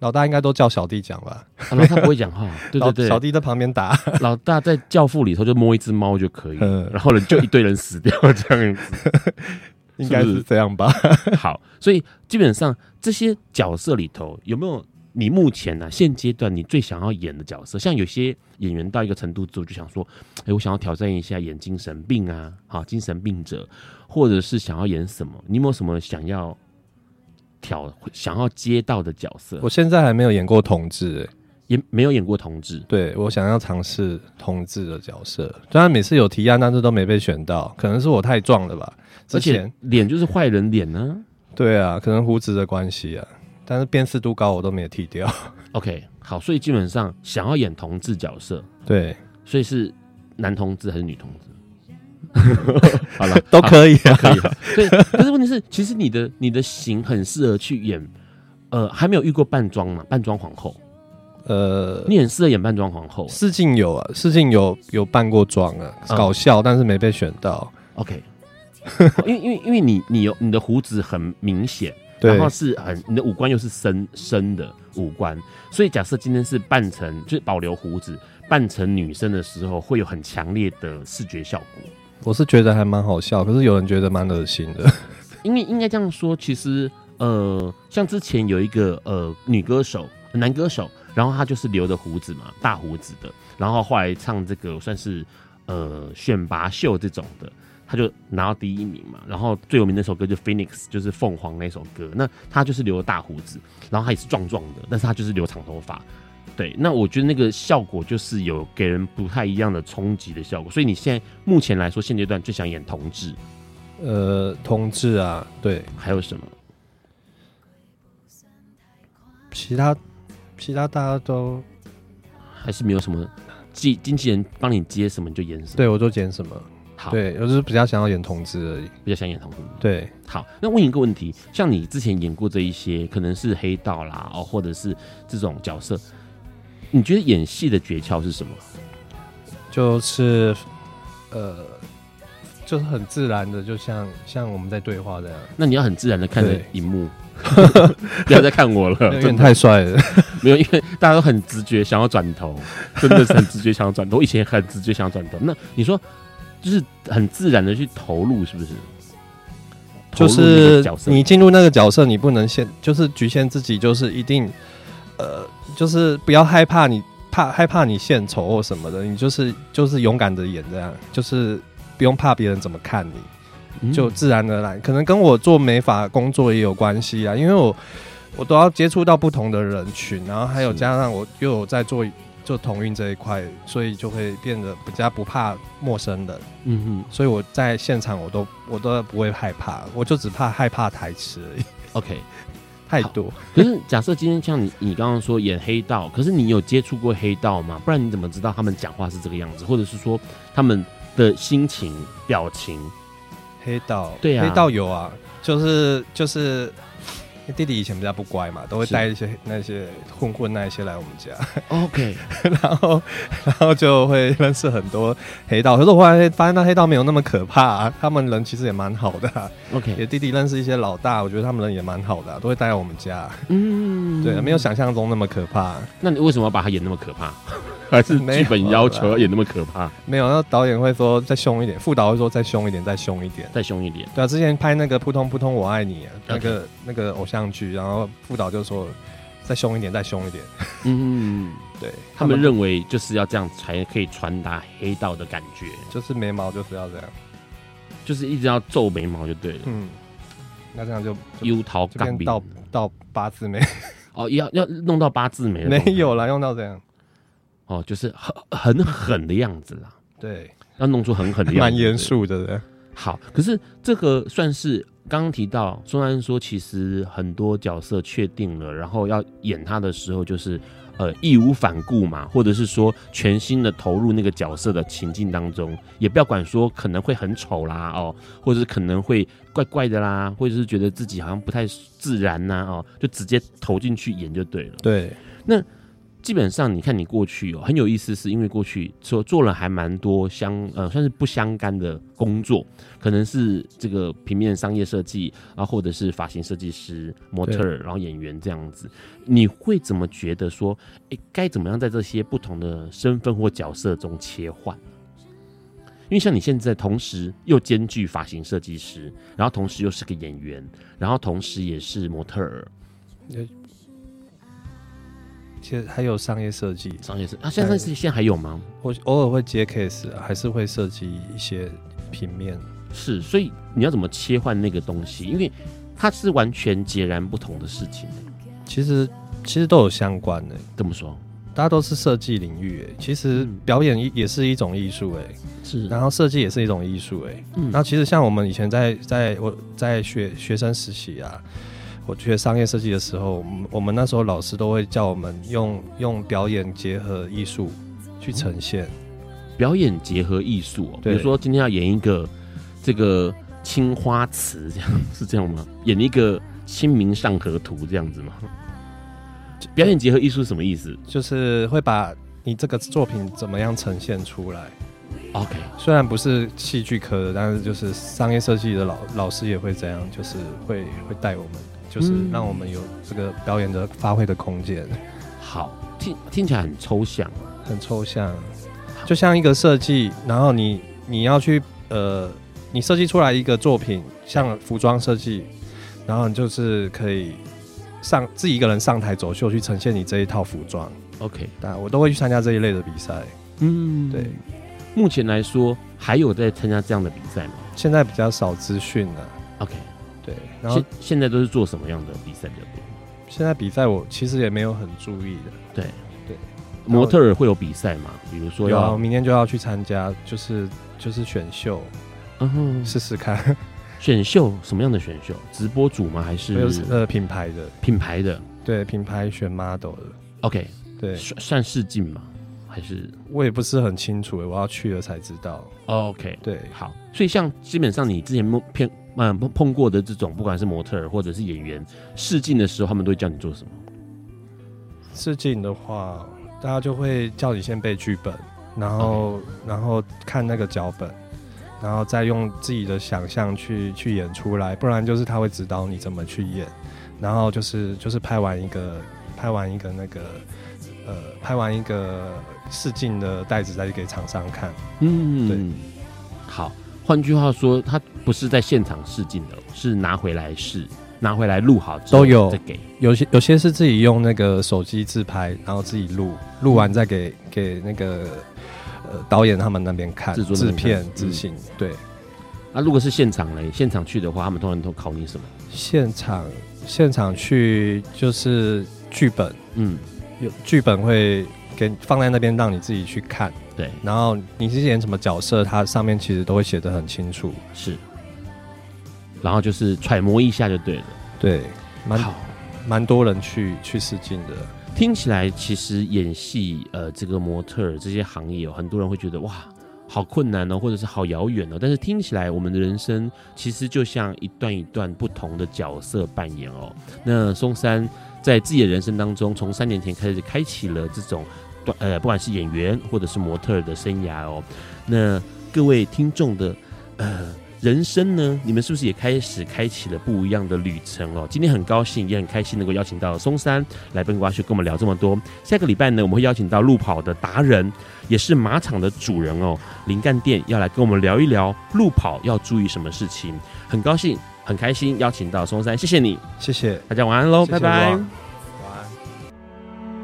[SPEAKER 3] 老大应该都叫小弟讲吧？
[SPEAKER 2] 啊老大不会讲 话，对对对，
[SPEAKER 3] 老小弟在旁边打，
[SPEAKER 2] 老大在教父里头就摸一只猫就可以，
[SPEAKER 3] 嗯
[SPEAKER 2] 然后呢就一堆人死掉这样子。
[SPEAKER 3] 应该
[SPEAKER 2] 是不
[SPEAKER 3] 是
[SPEAKER 2] 是
[SPEAKER 3] 这样吧？
[SPEAKER 2] 好，所以基本上这些角色里头有没有你目前呢、现阶段你最想要演的角色？像有些演员到一个程度之后就想说，哎、我想要挑战一下演精神病啊，啊，精神病者，或者是想要演什么？你有没有什么想要挑想要接到的角色
[SPEAKER 3] 我？现在还没有演过同志、欸
[SPEAKER 2] 也没有演过同志，
[SPEAKER 3] 对我想要尝试同志的角色，虽然每次有提案，但是都没被选到，可能是我太壮了吧？之
[SPEAKER 2] 而
[SPEAKER 3] 前
[SPEAKER 2] 且脸就是坏人脸呢、
[SPEAKER 3] 对啊，可能胡子的关系啊，但是辨识度高我都没有剃 掉。
[SPEAKER 2] OK，好，所以基本上想要演同志角色，
[SPEAKER 3] 对，
[SPEAKER 2] 所以是男同志还是女同志？ 好了，
[SPEAKER 3] 都可以啊。
[SPEAKER 2] 可以。对，可是问题是，其实你的你的型很适合去演，呃，还没有遇过扮装嘛，扮装皇后，
[SPEAKER 3] 呃，
[SPEAKER 2] 你很适合演扮装皇后。
[SPEAKER 3] 试镜有啊，试镜有有扮过妆啊，
[SPEAKER 2] 嗯
[SPEAKER 3] 搞笑，但是没被选到。
[SPEAKER 2] OK，好因为因为因为你你有你的胡子很明显，
[SPEAKER 3] 对
[SPEAKER 2] 然后是很你的五官又是深深的五官，所以假设今天是扮成就是保留胡子扮成女生的时候，会有很强烈的视觉效果。
[SPEAKER 3] 我是觉得还蛮好笑，可是有人觉得蛮恶心 的。
[SPEAKER 2] 因为应该这样说，其实呃，像之前有一个呃女歌手、男歌手，然后他就是留的胡子嘛，大胡子的，然后后来唱这个算是呃选拔秀这种的，他就拿到第一名嘛。然后最有名的那首歌就《Phoenix》，就是凤凰那首歌。那他就是留了大胡子，然后他也是壮壮的，但是他就是留长头发。对，那我觉得那个效果就是有给人不太一样的冲击的效果，所以你现在目前来说，现阶段最想演同志，
[SPEAKER 3] 呃，同志啊，对，
[SPEAKER 2] 还有什么？
[SPEAKER 3] 其他其他大家都
[SPEAKER 2] 还是没有什么经经纪人帮你接什么你就演什么。
[SPEAKER 3] 对我就剪什么，
[SPEAKER 2] 好，
[SPEAKER 3] 对我就是比较想要演同志而已。
[SPEAKER 2] 比较想演同志。
[SPEAKER 3] 对，
[SPEAKER 2] 好，那问一个问题，像你之前演过这一些，可能是黑道啦，哦，或者是这种角色，你觉得演戏的诀窍是什么？
[SPEAKER 3] 就是呃，就是很自然的，就像像我们在对话这样。
[SPEAKER 2] 那你要很自然的看着
[SPEAKER 3] 对
[SPEAKER 2] 荧 幕，不要再看我了，
[SPEAKER 3] 有
[SPEAKER 2] 真
[SPEAKER 3] 点
[SPEAKER 2] 的
[SPEAKER 3] 太帅了，
[SPEAKER 2] 没有，因为大家都很直觉想要转 头，真的是很直觉想要转头。我以前也很直觉想要转头，那你说就是很自然的去投入，是不是？
[SPEAKER 3] 就
[SPEAKER 2] 投入那个
[SPEAKER 3] 是
[SPEAKER 2] 角色
[SPEAKER 3] 你进入那个角色，你不能限，就是局限自己，就是一定，呃，就是不要害怕你怕害怕你献丑或什么的，你就是就是勇敢的演这样，就是不用怕别人怎么看你，
[SPEAKER 2] 嗯
[SPEAKER 3] 就自然而然，可能跟我做美发工作也有关系啊，因为我我都要接触到不同的人群，然后还有
[SPEAKER 2] 是
[SPEAKER 3] 加上我又有在做做同运这一块，所以就会变得比较不怕陌生人，
[SPEAKER 2] 嗯哼。
[SPEAKER 3] 所以我在现场我都我都不会害怕，我就只怕害怕台词而已，
[SPEAKER 2] OK，
[SPEAKER 3] 太多。
[SPEAKER 2] 可是假设今天像你，你刚刚说演黑道，可是你有接触过黑道吗？不然你怎么知道他们讲话是这个样子，或者是说他们的心情、表情？
[SPEAKER 3] 黑道
[SPEAKER 2] 对啊
[SPEAKER 3] 黑道有啊，就是就是。弟弟以前比较不乖嘛，都会
[SPEAKER 2] 是
[SPEAKER 3] 带一些那些混混那一些来我们家，
[SPEAKER 2] OK，
[SPEAKER 3] 然后然后就会认识很多黑道。可是我后来发现，那黑道没有那么可怕、啊，他们人其实也蛮好的啊、也
[SPEAKER 2] OK，
[SPEAKER 3] 弟弟认识一些老大，我觉得他们人也蛮好的啊、都会待在我们家。
[SPEAKER 2] 嗯
[SPEAKER 3] 对，啊没有。想象中那么可怕。啊
[SPEAKER 2] 那你为什么要把他演那么可 怕？还是
[SPEAKER 3] 没
[SPEAKER 2] 剧
[SPEAKER 3] 有
[SPEAKER 2] 本要求
[SPEAKER 3] 啦
[SPEAKER 2] 要演那么可怕，
[SPEAKER 3] 没有，那导演会说再凶一点，副导会说再凶一点，再凶一点。
[SPEAKER 2] 再凶一点？
[SPEAKER 3] 对啊，之前拍那个《扑通扑通我爱你、啊》那
[SPEAKER 2] OK
[SPEAKER 3] 个那个偶像剧，然后副导就说再凶一点，再凶一点。
[SPEAKER 2] 嗯，
[SPEAKER 3] 对
[SPEAKER 2] 他们认为就是要这样才可以传达黑道的感觉，
[SPEAKER 3] 就是眉毛就是要这样，
[SPEAKER 2] 就是一直要皱眉毛就对了，
[SPEAKER 3] 嗯，那这样就就
[SPEAKER 2] 幽桃
[SPEAKER 3] 就
[SPEAKER 2] 杠
[SPEAKER 3] 变
[SPEAKER 2] 兵
[SPEAKER 3] 到到八字眉，
[SPEAKER 2] 哦，要要弄到八字眉了，
[SPEAKER 3] 没有啦，用到这样。
[SPEAKER 2] 哦，就是很很狠的样子啦。
[SPEAKER 3] 对，
[SPEAKER 2] 要弄出很狠的样子，
[SPEAKER 3] 蛮严。肃的，
[SPEAKER 2] 好，可是这个算是刚刚提到钟南说，其实很多角色确定了，然后要演他的时候，就是呃义无反顾嘛，或者是说全心的投入那个角色的情境当中，也不要管说可能会很丑啦哦，或者是可能会怪怪的啦，或者是觉得自己好像不太自然呐、哦，就直接投进去演就对了。
[SPEAKER 3] 对，
[SPEAKER 2] 基本上，你看你过去哦，很有意思，是因为过去做做了还蛮多相呃，算是不相干的工作，可能是这个平面商业设计啊，或者是发型设计师、模特儿，然后演员这样子。你会怎么觉得说，诶，该怎么样在这些不同的身份或角色中切换？因为像你现在同时又兼具发型设计师，然后同时又是个演员，然后同时也是模特儿，
[SPEAKER 3] 其实还有商业设计，
[SPEAKER 2] 商业设啊，现在是现在还有吗？
[SPEAKER 3] 我偶尔会接 case，啊还是会设计一些平面。
[SPEAKER 2] 是，所以你要怎么切换那个东西？因为它是完全截然不同的事情。
[SPEAKER 3] 其实其实都有相关的、
[SPEAKER 2] 这么说，
[SPEAKER 3] 大家都是设计领域、欸。其实
[SPEAKER 2] 嗯
[SPEAKER 3] 表演一也是一种艺术，哎，
[SPEAKER 2] 是
[SPEAKER 3] 然后设计也是一种艺术、欸，哎、
[SPEAKER 2] 嗯
[SPEAKER 3] 然后其实像我们以前在在我在学学生实习啊，我学商业设计的时候，我们我们那时候老师都会叫我们用用表演结合艺术去
[SPEAKER 2] 嗯
[SPEAKER 3] 呈现。
[SPEAKER 2] 表演结合艺术、哦，比
[SPEAKER 3] 对
[SPEAKER 2] 如说今天要演一个这个青花瓷，这样是这样吗？演一个《清明上河图》这样子吗？表演结合艺术是什么意思
[SPEAKER 3] 就是会把你这个作品怎么样呈现出来。
[SPEAKER 2] ？OK，
[SPEAKER 3] 虽然不是戏剧科的，但是就是商业设计的老老师也会这样，就是会会带我们，就是
[SPEAKER 2] 嗯
[SPEAKER 3] 让我们有这个表演的发挥的空间，
[SPEAKER 2] 好，听听起来很抽象，
[SPEAKER 3] 很抽象，就像一个设计，然后你你要去呃，你设计出来一个作品，像服装设计，然后你就是可以上自己一个人上台走秀去呈现你这一套服装，
[SPEAKER 2] OK，
[SPEAKER 3] 但我都会去参加这一类的比赛，
[SPEAKER 2] 嗯
[SPEAKER 3] 对。。
[SPEAKER 2] 目前来说，还有在参加这样的比赛吗
[SPEAKER 3] 现在比较少资讯了，
[SPEAKER 2] ？OK，
[SPEAKER 3] 对。然后
[SPEAKER 2] 现现在都是做什么样的比赛比较多？
[SPEAKER 3] 现在比赛我其实也没有很注意的，
[SPEAKER 2] 模特儿会有比赛吗？比如说
[SPEAKER 3] 有啊，
[SPEAKER 2] 要
[SPEAKER 3] 我明天就要去参加，就是就是选秀
[SPEAKER 2] 嗯哼，
[SPEAKER 3] 试试看，
[SPEAKER 2] 选秀什么样的选秀？直播主吗？还
[SPEAKER 3] 就是 是呃品牌的，
[SPEAKER 2] 品牌的
[SPEAKER 3] 对品牌选 model 的，
[SPEAKER 2] ？OK，
[SPEAKER 3] 对
[SPEAKER 2] 算算试镜吗？还是
[SPEAKER 3] 我也不是很清楚，我要去了才知道，
[SPEAKER 2] 哦 OK？
[SPEAKER 3] 对
[SPEAKER 2] 好，所以像基本上你之前碰偏嗯碰碰过的这种，不管是模特儿或者是演员试镜的时候，他们都会叫你做什么？
[SPEAKER 3] 试镜的话，大家就会叫你先背剧本，然后然后看那个脚本。然后再用自己的想象去去演出来，不然就是他会指导你怎么去演。然后就是就是拍完一个拍完一个那个呃拍完一个试镜的袋子再去给厂商看。
[SPEAKER 2] 嗯，
[SPEAKER 3] 对。
[SPEAKER 2] 好，换句话说，他不是在现场试镜的，哦是拿回来试，拿回来录好之后
[SPEAKER 3] 都有
[SPEAKER 2] 再给。
[SPEAKER 3] 有些有些是自己用那个手机自拍，然后自己录，录完再给给那个呃导演他们那边看，
[SPEAKER 2] 制作那
[SPEAKER 3] 制
[SPEAKER 2] 边看
[SPEAKER 3] 片
[SPEAKER 2] 嗯
[SPEAKER 3] 执行、对。
[SPEAKER 2] 那、如果是现场嘞，现场去的话，他们通常都考你什么？
[SPEAKER 3] 现场现场去就是剧本，
[SPEAKER 2] 嗯，
[SPEAKER 3] 有剧本会给你放在那边让你自己去看，
[SPEAKER 2] 对，
[SPEAKER 3] 然后你是演什么角色，它上面其实都会写的很清楚，
[SPEAKER 2] 是。然后就是揣摩一下就对了。
[SPEAKER 3] 对，蛮
[SPEAKER 2] 好，
[SPEAKER 3] 蛮多人去去试镜的，
[SPEAKER 2] 听起来其实演戏，呃，这个模特儿这些行业，有很多人会觉得哇，好困难哦，或者是好遥远哦。但是听起来，我们的人生其实就像一段一段不同的角色扮演哦。那松山在自己的人生当中，从三年前开始开启了这种，呃，不管是演员或者是模特儿的生涯哦。那各位听众的，呃。人生呢，你们是不是也开始开启了不一样的旅程哦？今天很高兴，也很开心能够邀请到松山来笨瓜秀跟我们聊这么多。下个礼拜呢，我们会邀请到路跑的达人，也是马场的主人哦，林干店要来跟我们聊一聊路跑要注意什么事情。很高兴，很开心邀请到松山，谢谢你，
[SPEAKER 3] 谢谢，
[SPEAKER 2] 大家晚安喽，
[SPEAKER 3] 谢谢
[SPEAKER 2] 拜拜
[SPEAKER 3] 王。晚安。